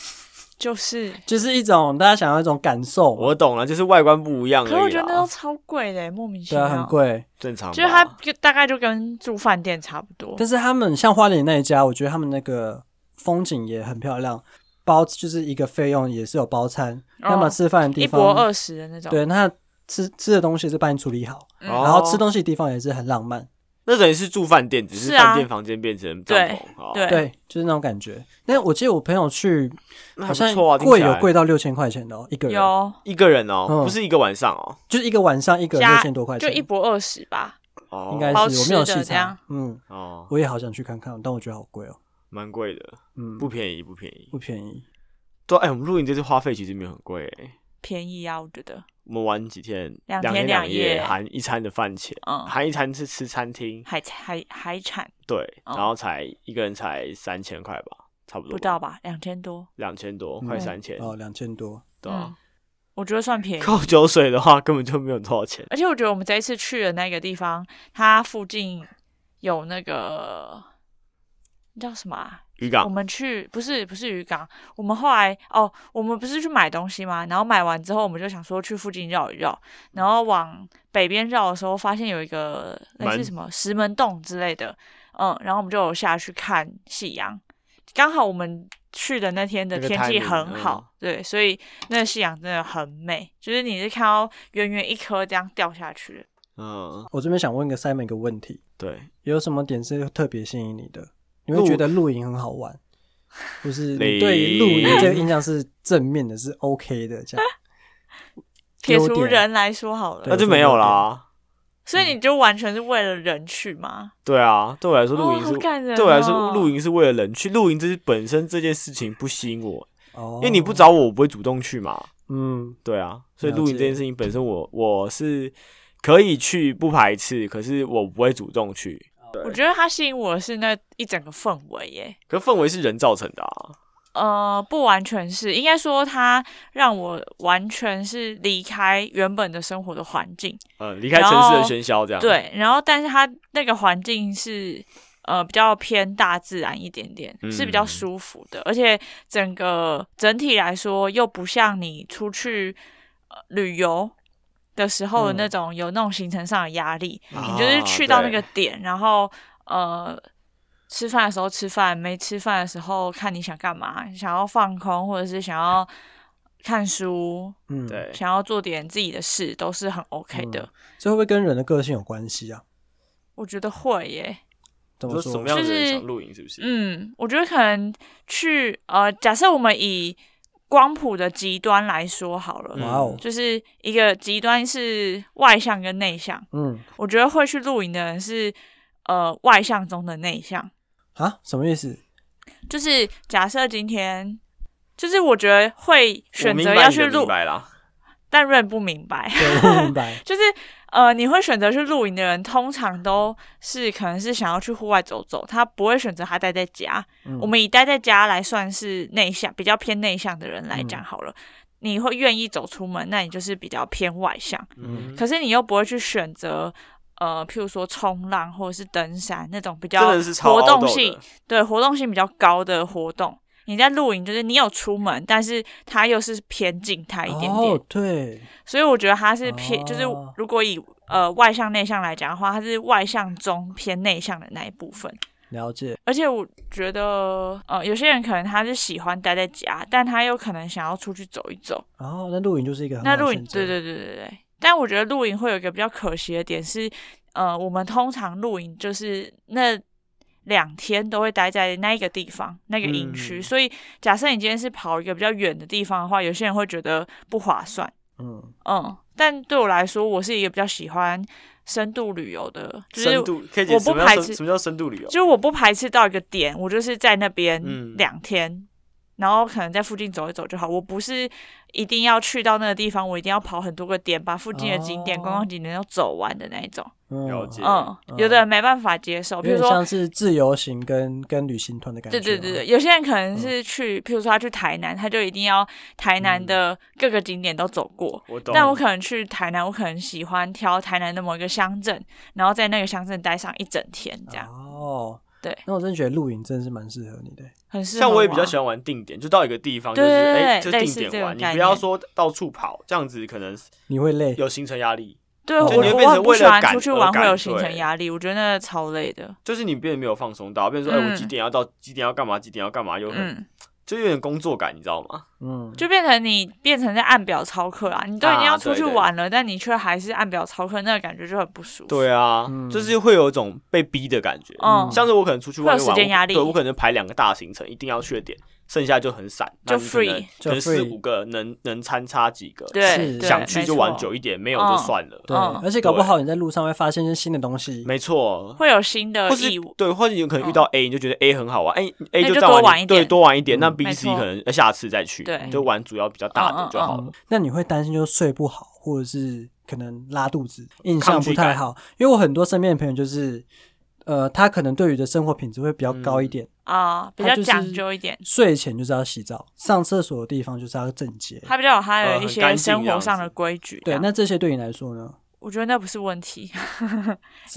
就是，
就是一种大家想要一种感受嘛，
我懂了，就是外观不一样
可是
而
我
已
觉得那都
啦，
超贵的，莫名其
对
妙。
啊，很，贵。
正常吧。
就是它就大概就跟住饭店差不多。
但是他们像花莲那一家，我觉得他们那个风景也很漂亮，包就是一个费用也是有包餐，那么
哦
吃饭的地
一博
方，
二十的那种。
对，那吃吃的东西是帮你处理好，
嗯
哦
然后吃东西的地方也是很浪漫，
那等于是住饭店，只是
是啊
饭店房间变成帐篷
对，
哦
对
对，就是那种感觉。那我记得我朋友去，
那
好
还不
像
错啊，听
贵
起
有
来
贵到六千块钱的哦，一个人，
有
一个人哦，
嗯
不是一个晚上哦，
就是一个晚上一个人
加
六千多块
就
钱，
一博二十吧，
哦，
应该
包
是我没有
吃
细
的这
查
样，
嗯，
哦，
我也好想去看看，但我觉得好贵哦，
蛮贵的，
嗯，
不便宜，不便宜。
不便宜，
对，哎，我们露营这次花费其实没有很贵，哎
便宜啊，我觉得。
我们玩几天，
两天
天
两夜
夜，含一餐的饭钱，
嗯，
含一餐是吃餐厅，
海海海产
对，
哦
然后才一个人才三千块吧，差不多
不到吧，两千多。
两千多，
嗯
快三千，
哦，两千多，
对啊
嗯，我觉得算便宜。
靠酒水的话根本就没有多少钱，
而且我觉得我们这一次去的那个地方，它附近有那个那叫什么啊？
渔
我
港
们去不是不是渔港，我们后来哦，我们不是去买东西吗？然后买完之后，我们就想说去附近绕一绕，然后往北边绕的时候，发现有一个类
门
似什么石门洞之类的，嗯，然后我们就有下去看夕阳。刚好我们去的那天的
那个
天气
timing，嗯
很好，对，所以那个夕阳真的很美，就是你是看到圆圆一颗这样掉下去的，
嗯，
我这边想问个 Simon 一个问题，
对，
有什么点是特别吸引你的？你会觉得露营很好玩， 就是你对于露营这个印象是正面的，是 OK 的 这样。
撇
优
除
点
人来说好
对
了
那，就没有啦。
所
嗯
以你就完全是为了人去吗？
对啊，对我来说露
哦，
营
好
是
感人哦、
对我来说，露营是为了人去，露营这是本身这件事情不吸引我，
哦
因为你不，找我，我不会主动去嘛。
嗯，
对啊，所以
了解
露营这件事情本身我，我是可以去不排斥，可是我不会主动去。
我觉得它吸引我的是那一整个氛围耶。
可氛围是人造成的啊，
呃，不完全是，应该说它让我完全是离开原本的生活的环境，
呃，离开城市的
然后
喧嚣这样。，
哦对。然后，但是它那个环境是呃比较偏大自然一点点，是比较
嗯
舒服的，而且整个整体来说又不像你出去、呃、旅游的时候的那
嗯
种、有那种行程上的压力，
你
你就是去到那个点，然后呃，吃饭的时候吃饭，没吃饭的时候看你想干嘛，想要放空，或者是想要看书，
嗯，
对，
想要做点自己的事，都是很 OK 的。
嗯这会不会跟人的个性有关系啊？
我觉得会耶，
怎
你说
么
什
说啊
么？样的
就
人
是
想露营是不是？
嗯，我觉得可能去呃，假设我们以光谱的极端来说好
嗯
了，
哇哦，
就是一个极端是外向跟内向，
嗯
我觉得会去露营的人是呃外向中的内向。
啊，什么意 思？
就是假设今天，就是我觉得会选择
我明白
要
你的
去露
明，白啦，
但润不明白， 。
对，我明白
就是呃，你会选择去露营的人，通常都是可能是想要去户外走走，他不会选择他待在家。
嗯
嗯
我们以待在家来算是内向，比较偏内向的人来讲好了。你会愿意走出门，那你就是比较偏外向。
嗯，
可是你又不会去选择，呃，譬如说冲浪或者是登山那种比
真
较
的是超
活动
outdoor
性
的，
对活动性比较高的活动。你在露营，就是你有出门，但是它又是偏静态一点点，
哦，对，
所以我觉得它是偏，就是
哦
如果以呃外向内向来讲的话，它是外向中偏内向的那一部分。
了解，
而且我觉得，呃，有些人可能他是喜欢待在家，但他又可能想要出去走一走，
然后哦那露营就是一个很
那
好的
露营
选，择
对对对对对。但我觉得露营会有一个比较可惜的点是，呃，我们通常露营就是那两天都会待在那一个地方，那个营区。
嗯
所以假设你今天是跑一个比较远的地方的话，有些人会觉得不划算。
嗯，
嗯，但对我来说，我是一个比较喜欢深度旅游的，就是
深度可以解释
我
什
不
么
排
叫
斥
深什么叫深度旅游
哦
就？是我不排斥到一个点，我就是在那边
嗯
两天，然后可能在附近走一走就好。我不是一定要去到那个地方，我一定要跑很多个点，把附近的景点、
哦
观光景点都走完的那一种。
嗯
了解
嗯，
嗯
有的人没办法接受，
有
比如
点
说。
像是自由行跟跟旅行团的感觉
对
吗，
对对对，有些人可能
嗯
是去，譬如说他去台南，他就一定要台南
嗯
的各个景点都走过。
我懂，
但我可能去台南，我可能喜欢挑台南的某一个乡镇，然后在那个乡镇待上一整天，这样、
哦，
对
那我真的觉得露营真的是蛮适合你的，
很适合。
像我也比较喜，欢玩定点，就到一个地方，就是
对对对
哎，就是
类似
定
这
点
种
玩，你
概
不要
念
说到处跑，这样子可能
你会累，
有行程压力，
对
就
我
你会
变
我
成
很不
为
喜
了
欢
赶
出去
而
玩会
赶
有行程
对
压力，我觉得那超累的。
就是你变得没有放松到，变成说哎，
嗯
我几点要到，几点要干嘛，几点要干嘛，有很
嗯，
就有点工作感，你知道吗？
嗯，
就变成你变成在按表操课啊，你都已经要
啊
出
对
去
对
玩了，但你却还是按表操课，那个感觉就很不舒服。
对啊
嗯，
就是会有一种被逼的感觉。
嗯，
像是我可能出去
会有
外面玩，
时间压力
我对我可能排两个大行程，一定要去的点，剩下就很散，
就
那你可能
free
可能
就
四
free
五个能能参差几个，
是
对，对
想去就玩，久
没
一点，没有
嗯
就算了。
对
嗯，
而且搞不
对
好你在路上会发现一些新的东西，
没错
错，会有新的
或是
义务。
对，或者你有可能遇到 A，、你就觉得 A 很好玩，哎、A
那就
这样
多玩
你
一
对，
点
多玩一点。那
嗯
B、
没
C
错
可能呃下次再去，
对
就玩主要比较大的就好了。
嗯，那你会担心就是睡不好，或者是可能拉肚子，印
抗
象
拒
不太
感
好。因为我很多身边的朋友就是，呃，他可能对于的生活品质会比较高一点，
啊，比
它
较
就是
讲究一点，
睡前就是要洗澡，上厕所的地方就是要整洁。
他比较有他
呃
的一
很干
些
净
生
这样
活上
子
的规矩这
对，
样。
那这些对你来说呢？
我觉得那不是问题，
是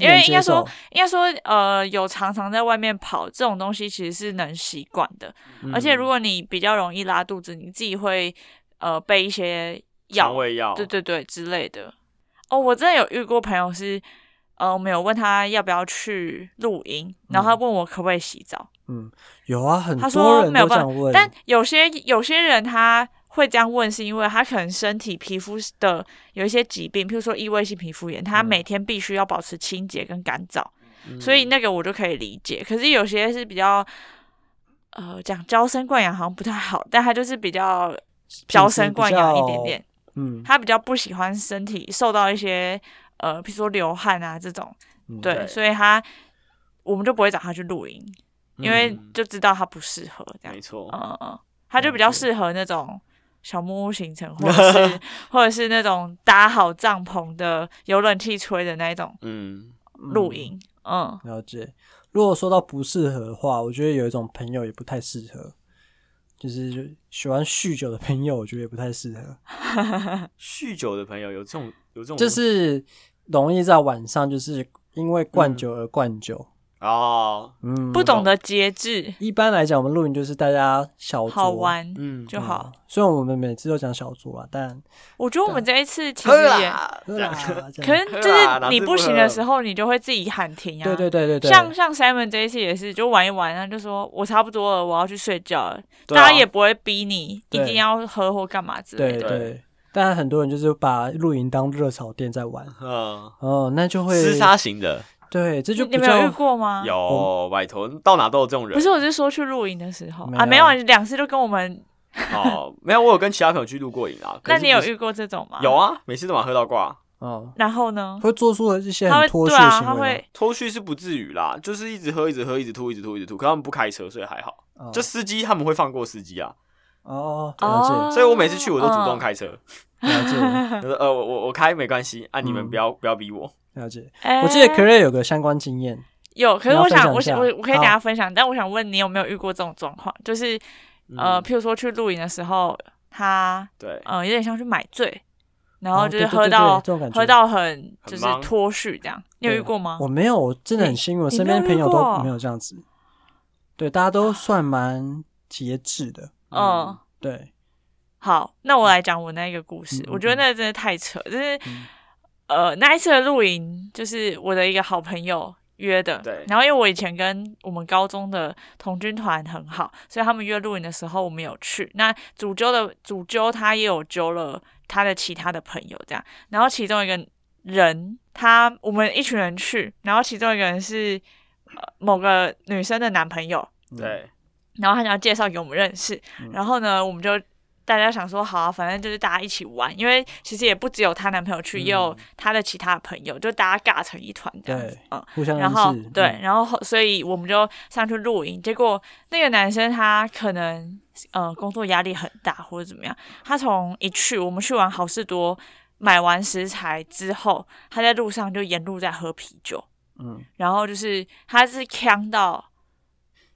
因为
能
应
接
该说
受
应该说，呃，有常常在外面跑这种东西，其实是能习惯的。
嗯
而且如果你比较容易拉肚子，你自己会呃备一些药
肠，胃药，
对对对之类的。哦，我真的有遇过朋友是，呃，我们有问他要不要去露营，然后他问我可不可以洗澡，
有啊，嗯很
他
多
说
人
没有
都
办
想
法
问，
但有些有些人他。会这样问，是因为他可能身体皮肤的有一些疾病，譬如说异位性皮肤炎，
嗯
他每天必须要保持清洁跟干燥，
嗯
所以那个我就可以理解。可是有些是比较，呃，讲娇生惯养好像不太好，但他就是比较娇生惯养一点点，
嗯，
他比较不喜欢身体受到一些呃，比如说流汗啊这种，
嗯
对，
对
所以他我们就不会找他去露营，因为
嗯
就知道他不适合这样
没，错，
嗯嗯嗯，他就比较
了解
适合那种。小木屋行程，或者 是或者是那种搭好帐篷的、有冷气吹的那一种
嗯，
露营，嗯
了解。如果说到不适合的话，我觉得有一种朋友也不太适合，就是喜欢酗酒的朋友，我觉得也不太适合。
嗯
酗酒的朋友有这种有这 种
就是容易在晚上就是因为灌酒而灌酒。
啊，
嗯，
嗯不懂得节制，
一般来讲，我们露营就是大家小酌
好玩
嗯，
就好。
虽然我们每次都讲小酌啊， 但
我觉得我们这一次其
喝
实也，
啦，
喝
这
啦
样，
这
啊可
样
能
喝
就
啦
是你不行的时候，你就会自己喊停啊。
对对对对对，
像像 Simon 这一次也是，就玩一玩，他就说我差不多了，我要去睡觉了。
对啊
大家也不会逼你一
对
定要喝或干嘛之类
对
的。
对，但很多人就是把露营当热炒店在玩，
嗯，
哦，那就会
厮杀型的
对，这就比
你你们有遇
较
过吗？
哦
有，拜托，到哪都有这种人。
嗯不是，我是说去露营的时候
没有
啊，没有，你两次都跟我们。
哦，没有，我有跟其他朋友去露过营啊。可
那
是
你有
不是
遇过这种吗？
有。啊？每次都嘛喝到挂，
哦，
然后呢？
会做出了一些
他
很
会
脱
对
序的
啊，他
行为
会
脱序是不至于啦，就是一直喝，一直喝，一直吐，一直吐，一直吐。可他们不开车，所以还好。
吗，
就司机他们会放过司机啊，
啊哦，了
哦，
所以我每次去我都主动
嗯。
开车。
解了
我说呃，我我我开没关系啊，你们
嗯
不要不要逼我。
解了解。
哎
我记得 c a r e 有个相关经验，
有，
你
可是
要
我
分
想，
享
我
一下
想，我我可以
好嗯
大家分享，但我想问你有没有遇过这种状况，就是呃，譬如说去露营的时候，他
对，
嗯、呃有点像去买醉，然后
哦
就
对
是
对
喝
对对
到、
这种感觉
喝到很就是
很忙
脱序这样，你有遇过吗？
我没有，我真的很幸运，我身边的朋友都没有这样子。对，大家
啊
都算蛮节制的。
嗯，
对，
好，那我来讲我那一个故事。
嗯
我觉得那真的太扯，就是、
嗯
呃，那一次的露营就是我的一个好朋友约的。
对
然后因为我以前跟我们高中的童军团很好，所以他们约露营的时候我们有去。那主揪的主揪他也有揪了他的其他的朋友这样，然后其中一个人他我们一群人去，然后其中一个人是、呃、某个女生的男朋友，
嗯
对，
然后他想要介绍给我们认识，然后呢，我们就大家想说好啊，反正就是大家一起玩，因为其实也不只有她男朋友去，也有她的其他的朋友，就大家尬成一团这样子
对，
嗯。
互相
然后
认识。
对，然后后所以我们就上去露营，结果那个男生他可能呃工作压力很大或者怎么样，他从一去我们去完好事多买完食材之后，他在路上就沿路在喝啤酒，
嗯，
然后就是他是呛到，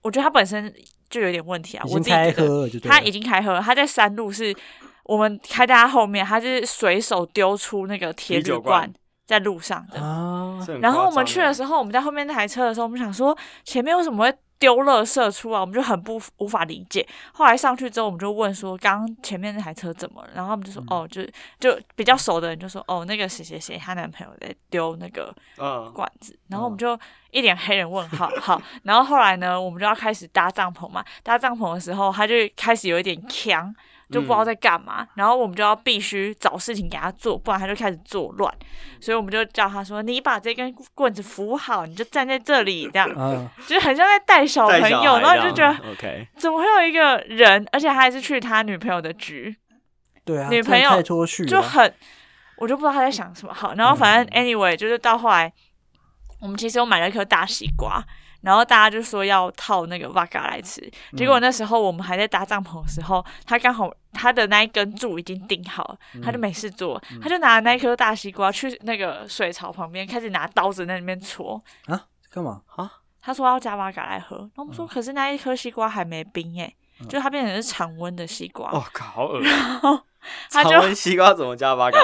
我觉得他本身就有点问题啊
嗯，已
我
经开
自己觉得
喝了，就对了。
他已经开喝了，他在山路是我们开在他后面，他是随手丢出那个铁
啤酒
铝
罐
罐在路上的，
啊，
这很
嗯然后
夸
我们
张
去
欸
的时候，我们在后面那台车的时候，我们想说前面为什么会丢垃圾出来，我们就很不无法理解。后来上去之后，我们就问说，刚刚前面那台车怎么了？然后他们
嗯
就说，哦，就就比较熟的人就说，哦，那个谁谁谁，她男朋友在丢那个
嗯，
罐子，然后我们就一脸黑人问号， 好，然后后来呢，我们就要开始搭帐篷嘛，搭帐篷的时候，他就开始有一点强，就不
嗯
知道在干嘛，然后我们就要必须找事情给他做，不然他就开始作乱，所以我们就叫他说，你把这根棍子扶好，你就站在这里， 这样，
啊，
就是很像在带小朋
带小
友，
孩
然后
这
你就
样
觉得
OK，
怎么会有一个人，而且他还是去他女朋友的局，
对啊，
女朋友
这样太脱序了，
就很，我就不知道他在想什么。好，然后反正 anyway，就是到后来，我们其实有买了一颗大西瓜，然后大家就说要套那个 v 嘎来吃。结果那时候我们还在搭帐篷的时候，他刚好他的那一根柱已经钉好了，他就没事做，他就拿那一颗大西瓜去那个水槽旁边，开始拿刀子在那边戳。
啊，干嘛？
他说要加 v 嘎来喝，然后我们说可是那一颗西瓜还没冰诶、就它变成是常温的西瓜，
哦靠，好 恶心。
他
常
就
温西瓜怎么加八嘎？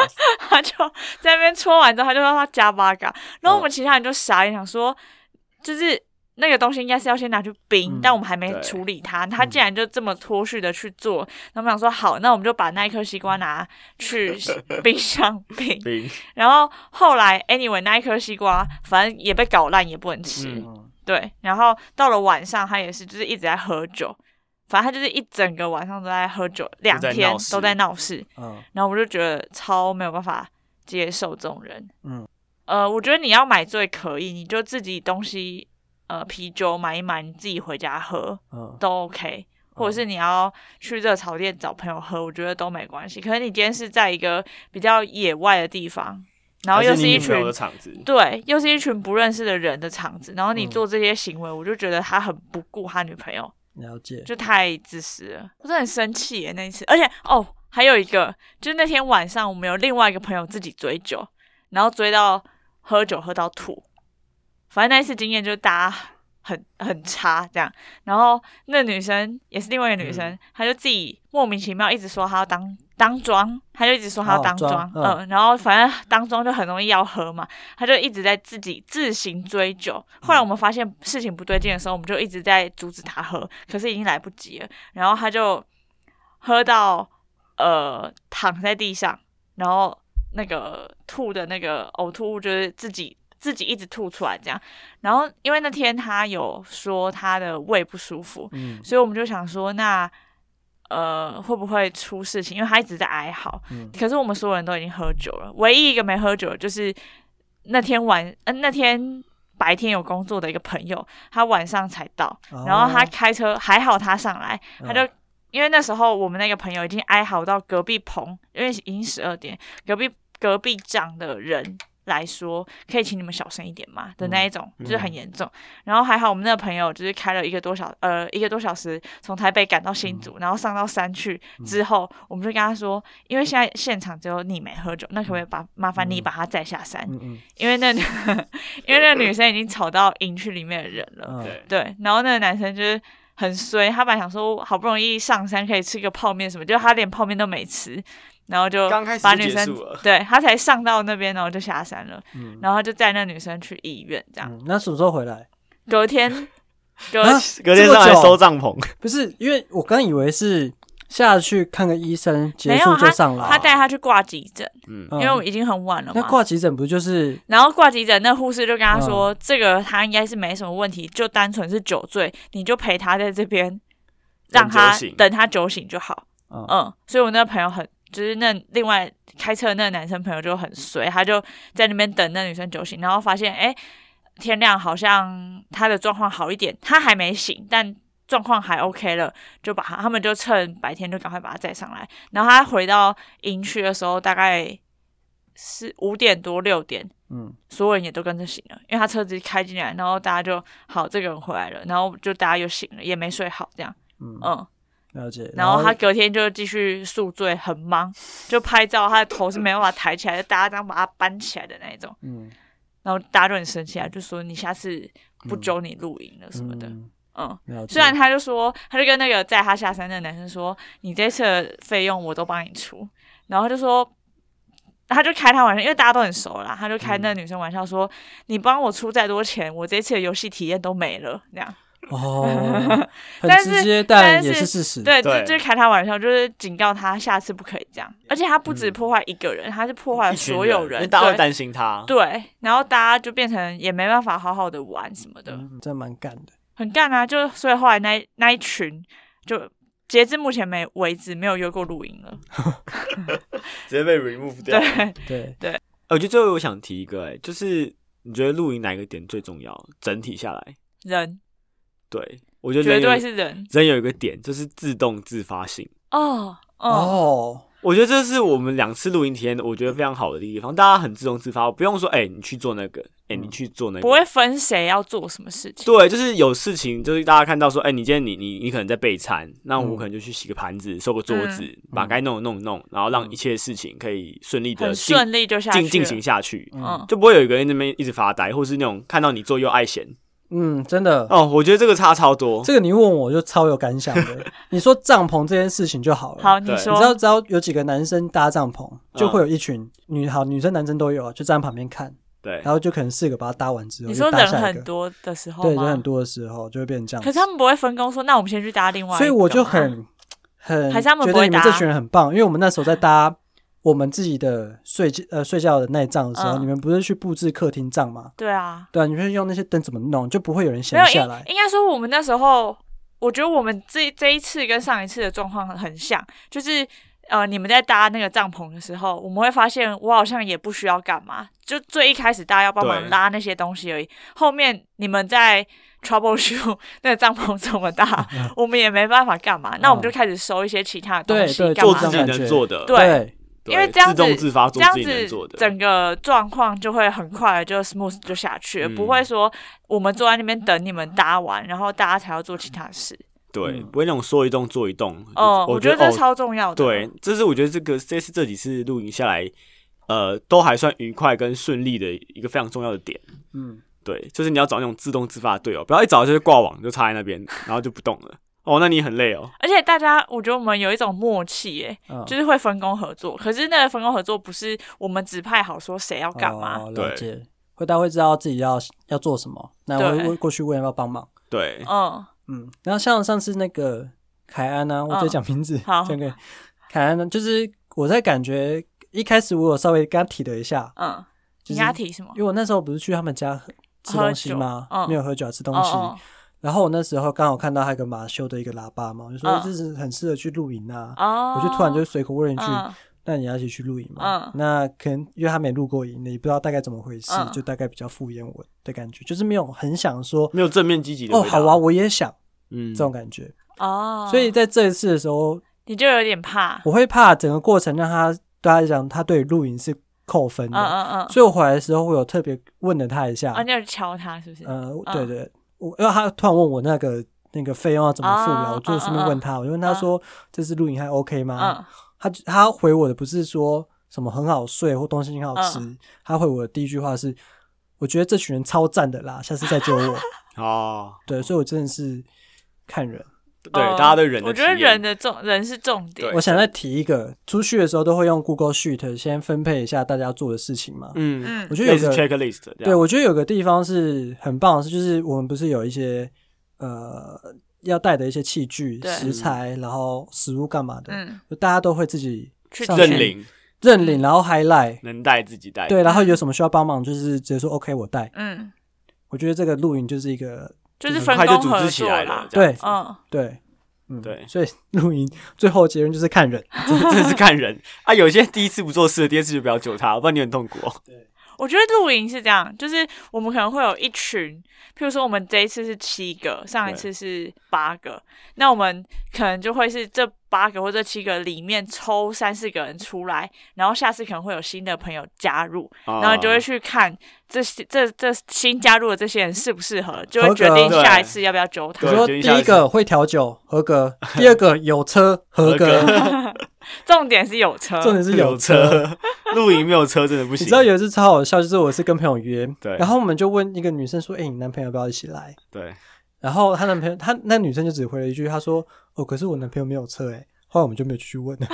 他就在那边搓完之后，他就说他加八嘎，然
嗯
后我们其他人就傻眼，想说就是那个东西应该是要先拿去冰，
嗯
但我们还没
对嗯
处理它，他竟然就这么脱序的去做，那我们想说好，那我们就把那一颗西瓜拿 去冰箱冰，
冰
然后后来 anyway 那一颗西瓜反正也被搞烂，也不能吃，
嗯
嗯，
对，然后到了晚上，他也是就是一直在喝酒。反正他就是一整个晚上都在喝酒，两
在
天
闹事
都在闹事，
嗯
然后我就觉得超没有办法接受这种人。
嗯，
呃，我觉得你要买醉可以，你就自己东西，呃，啤酒买一买，你自己回家喝
嗯，
都 OK，或者是
嗯
你要去热炒店找朋友喝，我觉得都没关系。可是你今天是在一个比较野外的地方， 然后
还
又
是
是
你
一
女朋友
群
的场子，
对，又是一群不认识的人的场子，然后你
嗯
做这些行为，我就觉得他很不顾他女朋友。
了解。
就太自私了，我真的很生气耶那一次。而且哦，还有一个，就是那天晚上我们有另外一个朋友自己追酒，然后追到喝酒喝到吐，反正那一次经验就是大家很很差这样。然后那女生也是另外一个女生，她就自己莫名其妙一直说她要当当庄，她就一直说她要
哦
当
庄
庄，
嗯
嗯，然后反正当庄就很容易要喝嘛，她就一直在自己自行追酒。后来我们发现事情不对劲的时候，我们就一直在阻止她喝，可是已经来不及了。然后她就喝到呃躺在地上，然后那个吐的那个呕吐物就是自己自己一直吐出来这样。然后因为那天他有说他的胃不舒服，
嗯
所以我们就想说那。呃，会不会出事情？因为他一直在哀嚎，
嗯
可是我们所有人都已经喝酒了，唯一一个没喝酒的就是那天晚，嗯、那天白天有工作的一个朋友，他晚上才到，然后他
哦
开车，还好他上来，他就、
嗯
因为那时候我们那个朋友已经哀嚎到隔壁棚，因为已经十二点，隔壁隔壁长的人来说，可以请你们小声一点嘛的那一
嗯
种，就是很严重。然后还好我们那个朋友就是开了一个多小呃一个多小时，从台北赶到新
嗯
竹，然后上到山去之后，我们就跟他说，因为现在现场只有你没喝酒，那可不可以把麻烦你把他载下山？
嗯嗯
因为那 因为那个女生已经吵到营区里面的人了。
嗯，
对，
对，然后那个男生就是很衰，他本来想说好不容易上山可以吃个泡面什么，就他连泡面都没吃，然后就
刚开始
把
就
女
结
生
束了
对他才上到那边，然后就下山了，
嗯
然后就载那女生去医院，这样、
嗯，那什么时候回来？
隔 天隔
啊
隔天
这么
上来
久
收帐篷，
不是，因为我刚以为是下去看个医生，结
没
束
有
就
他
上来。
他带她去挂急诊，
嗯，
嗯
因为已经很晚了
那
嘛。
挂急诊不就是
然后挂急诊，那护士就跟他说，这个他应该是没什么问题，就单纯是酒醉，你就陪他在这边，让他
酒醒
等他酒醒就好。
嗯
嗯，所以我那个朋友很，就是那另外开车的那个男生朋友就很衰，他就在那边等那女生酒醒，然后发现哎、诶天亮好像他的状况好一点，他还没醒，但状况还 OK 了，就把他他们就趁白天就赶快把他载上来，然后他回到营区的时候大概是五点多六点，
嗯
所有人也都跟着醒了，因为他车子开进来，然后大家就好这个人回来了，然后就大家又醒了，也没睡好这样，
嗯
嗯。
了解？
然后他隔天就继续宿醉，很忙，就拍照，他的头是没办法抬起来，就大家这样把他搬起来的那一种。
嗯
然后大家就很生气啊，就说你下次不揪你露营了什么的。
嗯
嗯，
了解。
虽然他就说，他就跟那个载他下山的男生说，你这次的费用我都帮你出，然后就说。他就开他玩笑，因为大家都很熟啦，他就开
嗯
那个女生玩笑说：“你帮我出再多钱，我这次的游戏体验都没了。”这样，
哦，很
但
直
是
接，
但
也
是
是事实。
对，
对
这就是开他玩笑，就是警告他下次不可以这样。而且他不止破坏一个人，他是破坏了
嗯一群
所有
人，因为大家会
对
担心他，
对，然后大家就变成也没办法好好的玩什么的，
嗯，真蛮干的。
很干啊。就所以后来那一那一群就截至目前没为止没有约过露营
嗯
了。
直接被 remove 掉
对，
哎
对，
我觉呃得最后我想提一个，哎，就是你觉得露营哪一个点最重要？整体下来，
人
对我觉得
绝
人有
对
一
是人
人有一个点，就是自动自发性。
哦哦，
哦，
我觉得这是我们两次露营体验，我觉得非常好的地方。大家很自动自发，不用说，哎、你去做那个，哎、你去做那个，
嗯不会分谁要做什么事情。
对，就是有事情，就是大家看到说，哎、你今天你你你可能在备餐，那
嗯
我可能就去洗个盘子、收个桌子，把该弄的弄一弄，然后让一切事情可以顺利
嗯
的
很顺利就下去
进
了
进行下去，
嗯，
就不会有一个人在那边一直发呆，或是那种看到你做又爱嫌。
嗯，真的，
哦，我觉得这个差超多。
这个你问我就超有感想 的。你说帐篷这件事情就好了。
好，你
对
你知道，
说嗯
只要有几个男生搭帐篷，就会有一群女好女生、男生都有啊，就站在旁边看，
对
然，后就可能四个把它搭完之后，
你说
就搭
人
下一个
很，多的时候
对，
吗
人很，多的时候就会变成这样
可
子。
是他们不会分工说，那我们先去搭另外一个吗。
所以我就很很
还是他们
觉
不
得
会
你们
搭
这群人很棒，因为我们那时候在搭我们自己的睡觉呃睡觉的那一帐的时候，
嗯
你们不是去布置客厅帐吗？
对啊，
对啊，你们用那些灯怎么弄，就不会有人
没
闲
有，
下
应
来。
应该说我们那时候，我觉得我们这这一次跟上一次的状况很像，就是呃，你们在搭那个帐篷的时候，我们会发现我好像也不需要干嘛，就最一开始大家要帮忙
对
拉那些东西而已，后面你们在 trouble shoot 那个帐篷怎么搭，我们也没办法干嘛，那我们就开始收一些其他的东西
对对
干
做
嘛
自
这
己
的
种感
能
觉
做的，
对
对
因为这样子
自动自
啊
发
这
做
样
自己能
子
做的，
整个状况就会很快就 smooth 就下去了，
嗯
不会说我们坐在那边等你们搭完，然后大家才要做其他事。
对，
嗯
不会那种说一动做一动。
哦，
我
我觉得
哦
这超重要的。
对，，这是我觉得这个这次这几次露营下来，呃，都还算愉快跟顺利的一个非常重要的点。
嗯，
对，就是你要找那种自动自发的队友，不要一找就是挂网就插在那边，然后就不动了。哦，那你很累哦。
而且大家，我觉得我们有一种默契，哎，
嗯
就是会分工合作。可是那个分工合作不是我们指派好说谁要干嘛，
哦、
对
了解，会大家会知道自己要要做什么，那我
对
会过去问要不要帮忙。
对，
嗯，
嗯，然后像上次那个凯安呢、啊，我直接 讲名字，
好
这个凯安呢，啊就是我在感觉一开始我有稍微跟他提了一下，
嗯，
就是
你跟他提什么
因？为我那时候不是去他们家喝吃东西吗？
喝酒嗯
没有喝酒、啊，吃东
哦
西。
哦
然后我那时候刚好看到他一个马修的一个喇叭嘛，我就说、
嗯
这是很适合去露营啊。
哦，
我就突然就随口问了一句：“
嗯
那你要一起去露营吗？”
嗯
那可能因为他没露过营，你不知道大概怎么回事，
嗯
就大概比较敷衍我的感觉，就是没有很想说
没有正面积极
“
的
哦，
回答
好啊，，我也想”
嗯
这，种感觉。
哦，
所以在这一次的时候，
你就有点怕，
我会怕整个过程让他对他来讲，他对露营是扣分
嗯
的，
嗯嗯，
所以我啊回来的时候，我有特别问了他一下，
哦，你有敲他是不是？
呃，
嗯
对对，我因为他突然问我那个那个费用要怎么付了，
哦
我就顺便问他，我就问他说这次露营还 OK 吗？
嗯
他就他回我的不是说什么很好睡或东西很好吃，
嗯
他回我的第一句话是，我觉得这群人超赞的啦，下次再揪我。
哦，
对，所以我真的是看人。
对，
呃
大家对人的
我觉得
体验
人的重人是重点
对。
我想再提一个，出去的时候都会用 Google Sheet 先分配一下大家做的事情嘛。
嗯，
嗯
我，觉得
类
有个
似 checklist 这样
对，我觉得有个地方是很棒的是，就是我们不是有一些呃要带的一些器具、
对
食材，
嗯
然后食物干嘛的，
嗯，
就大家都会自己
去
上
认
去
认领
认
嗯
领，然后 highlight，
能带自己带，
对，然后有什么需要帮忙，就是直接说 OK 我带。
嗯，
我觉得这个露营就是一个
就是
很
分
快就
工
组
合
织起
作
来
啦
了。。这样
对
子
嗯，
对，嗯
对
所以 露营最后结论就是看人，
真的是看人啊！有些第一次不做事的，第二次就不要救他，不然你很痛苦哦。
我觉得露营是这样，就是我们可能会有一群，譬如说我们这一次是七个，上一次是八个，那我们可能就会是这八个或这七个里面抽三四个人出来，然后下次可能会有新的朋友加入，
然
然后你就会去看这些这这新加入的这些人适不适合，就
合
会
格
决定
对
下一次要不要揪他
比
对
如。说
就
第
一下
一
子
个会调酒合格，第二个有车合格，
重点是有 车，
重点是有
有
车。
车，露营没有车真的不行。
你知道有一次超好笑，就是我是跟朋友约，
对
然后我们就问一个女生说：“哎、你男朋友要不要一起来
对，？”
然后她男朋友，她那女生就只回了一句，她说：“哦，可是我男朋友没有车。”哎，后来我们就没有继续问 了。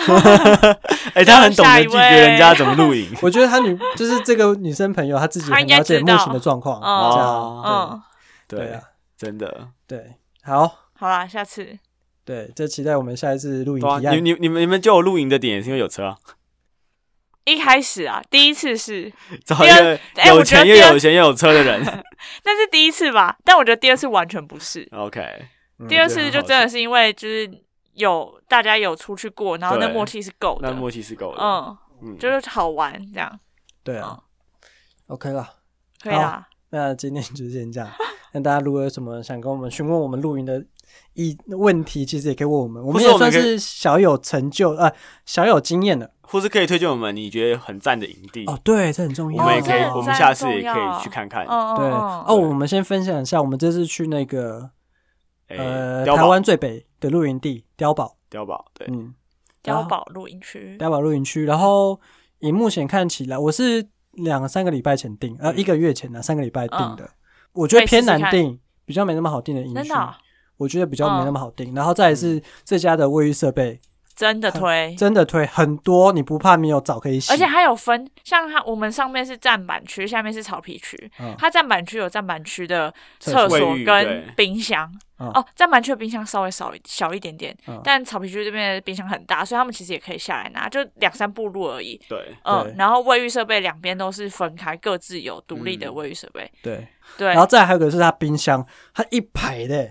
哎，他很懂
下
得
一
拒绝
位
人家怎么露营
我觉得她女就是这个女生朋友，她自己
她
很
应该
了解
知
目
道
前的状况。
哦
这样
嗯，
对对啊，，
真的。
对，好，
好啦，下次
对，就期待我们下一次录影
对啊，
提案
你。你你们你们就有露营的点，也是因为有车啊，
一开始啊，第一次是
找一个
哎
有
我觉得
钱
第
又
二
有钱又有车的人。
那是第一次吧，但我觉得第二次完全不是。
OK，
嗯
第二次就真的是因为就是有大家有出去过，然后那
对
默契是够
那
的，
默契是够的。
嗯，
嗯，
就是好玩这样，
对啊，OK
哦
了。
可以啦。
那今天就先这样。那大家如果有什么想跟我们询问我们露营的一问题，其实也可以问我们，我
不
们
是
也
我们
算
可以
是小有成就，呃，小有经验的。
或是可以推荐我们你觉得很赞的营地，
哦，对，这很重
嗯我
要。
们也可以
哦这，很
我们
赞
下次也
重
可
要
以去看看
嗯。嗯
对
嗯
哦，我们先分享一下，我们这次去那个
哎，
呃
碉
台
堡，
湾最北的露营地碉堡，
碉堡，对，
嗯，
碉堡露营区，
碉堡露营区。然后以目前看起来，我是两三个礼拜前订，呃，
嗯
一个月前呢、三个礼拜
嗯
订的。我觉得偏难
可以
订，比较没那么好订的营
真
区
的，哦
我觉得比较没那么好订。然后再来是这家的卫浴设备
真的推，
真的推很多，你不怕没有澡可以洗，
而且还有分，像它我们上面是站板区，下面是草皮区
嗯。
它站板区有站板区的
厕
厕
所
所
卫浴对
跟冰箱。
嗯
哦，站板区的冰箱稍微少一小一点点
嗯，
但草皮区这边的冰箱很大，所以他们其实也可以下来拿，就两三步路而已。
对，
对
嗯，然后卫浴设备两边都是分开，各自有独立的
嗯
卫浴设备。
对。
对
然，后再来还有一个是它冰箱，它一排的、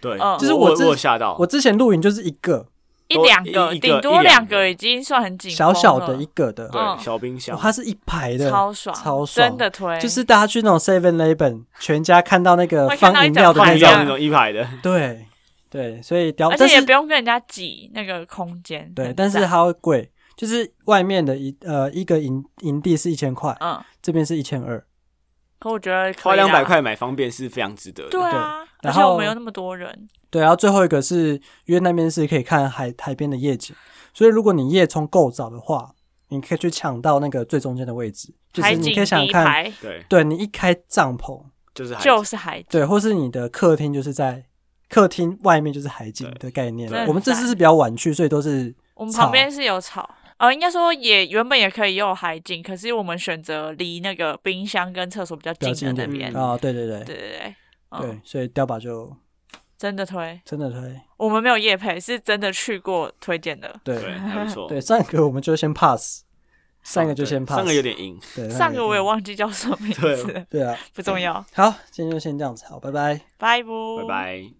对，
嗯
就是
我
我之
我有吓到，
我之前露营就是一个
一
多
两
一
个，
一个
顶
一
多
两
两
个
个已经算很紧绷
小
了，
小的一个的，
嗯
对小冰箱
哇，它是一排的，
超爽，
超爽
真的推，
就是大家去那种 Seven Eleven 全家看到那个
会看
放
到一
饮料的
整
那
排
拍照那
种，
种一排的，
对对，所以屌，
而
但
且也
是
不用跟人家挤那个空间。
对，
很
但是
赞
它会贵，就是外面的一呃一个营营地是一千块，
嗯，
这边是一千二，
可我觉得可以
花两
啦
百，块买方便是非常值得的。
对啊，
对
而
然
且
后
我们有那么多人，
对，然后最后一个是因为那边是可以看海海边的夜景，所以如果你夜冲够早的话，你可以去抢到那个最中间的位置，就是
海
你
景
可以想想
第一
看，
排
对，
对你一开帐篷，
就是海
就是海景，
对，或是你的客厅就是在客厅外面就是海景的概念
对对。
我们这次是比较晚去，所以都是
我们
草
旁边是有草。呃，应该说也原本也可以有海景，可是我们选择离那个冰箱跟厕所比较
比较
近
近一
的
点
那边。
嗯
啊，对对对
对对对，嗯
对，，所以碉堡就
真的推，
真的推
我们没有夜配，是真的去过推荐的。
对，
对
还不错。
对，上一个我们就先 pass，上一个就先 pass，
啊上个有点硬。
对嗯
上个我也忘记叫什么名字，
对
对啊，
不重要。
好，今天就先这样子，好，拜拜。
拜拜，
拜拜。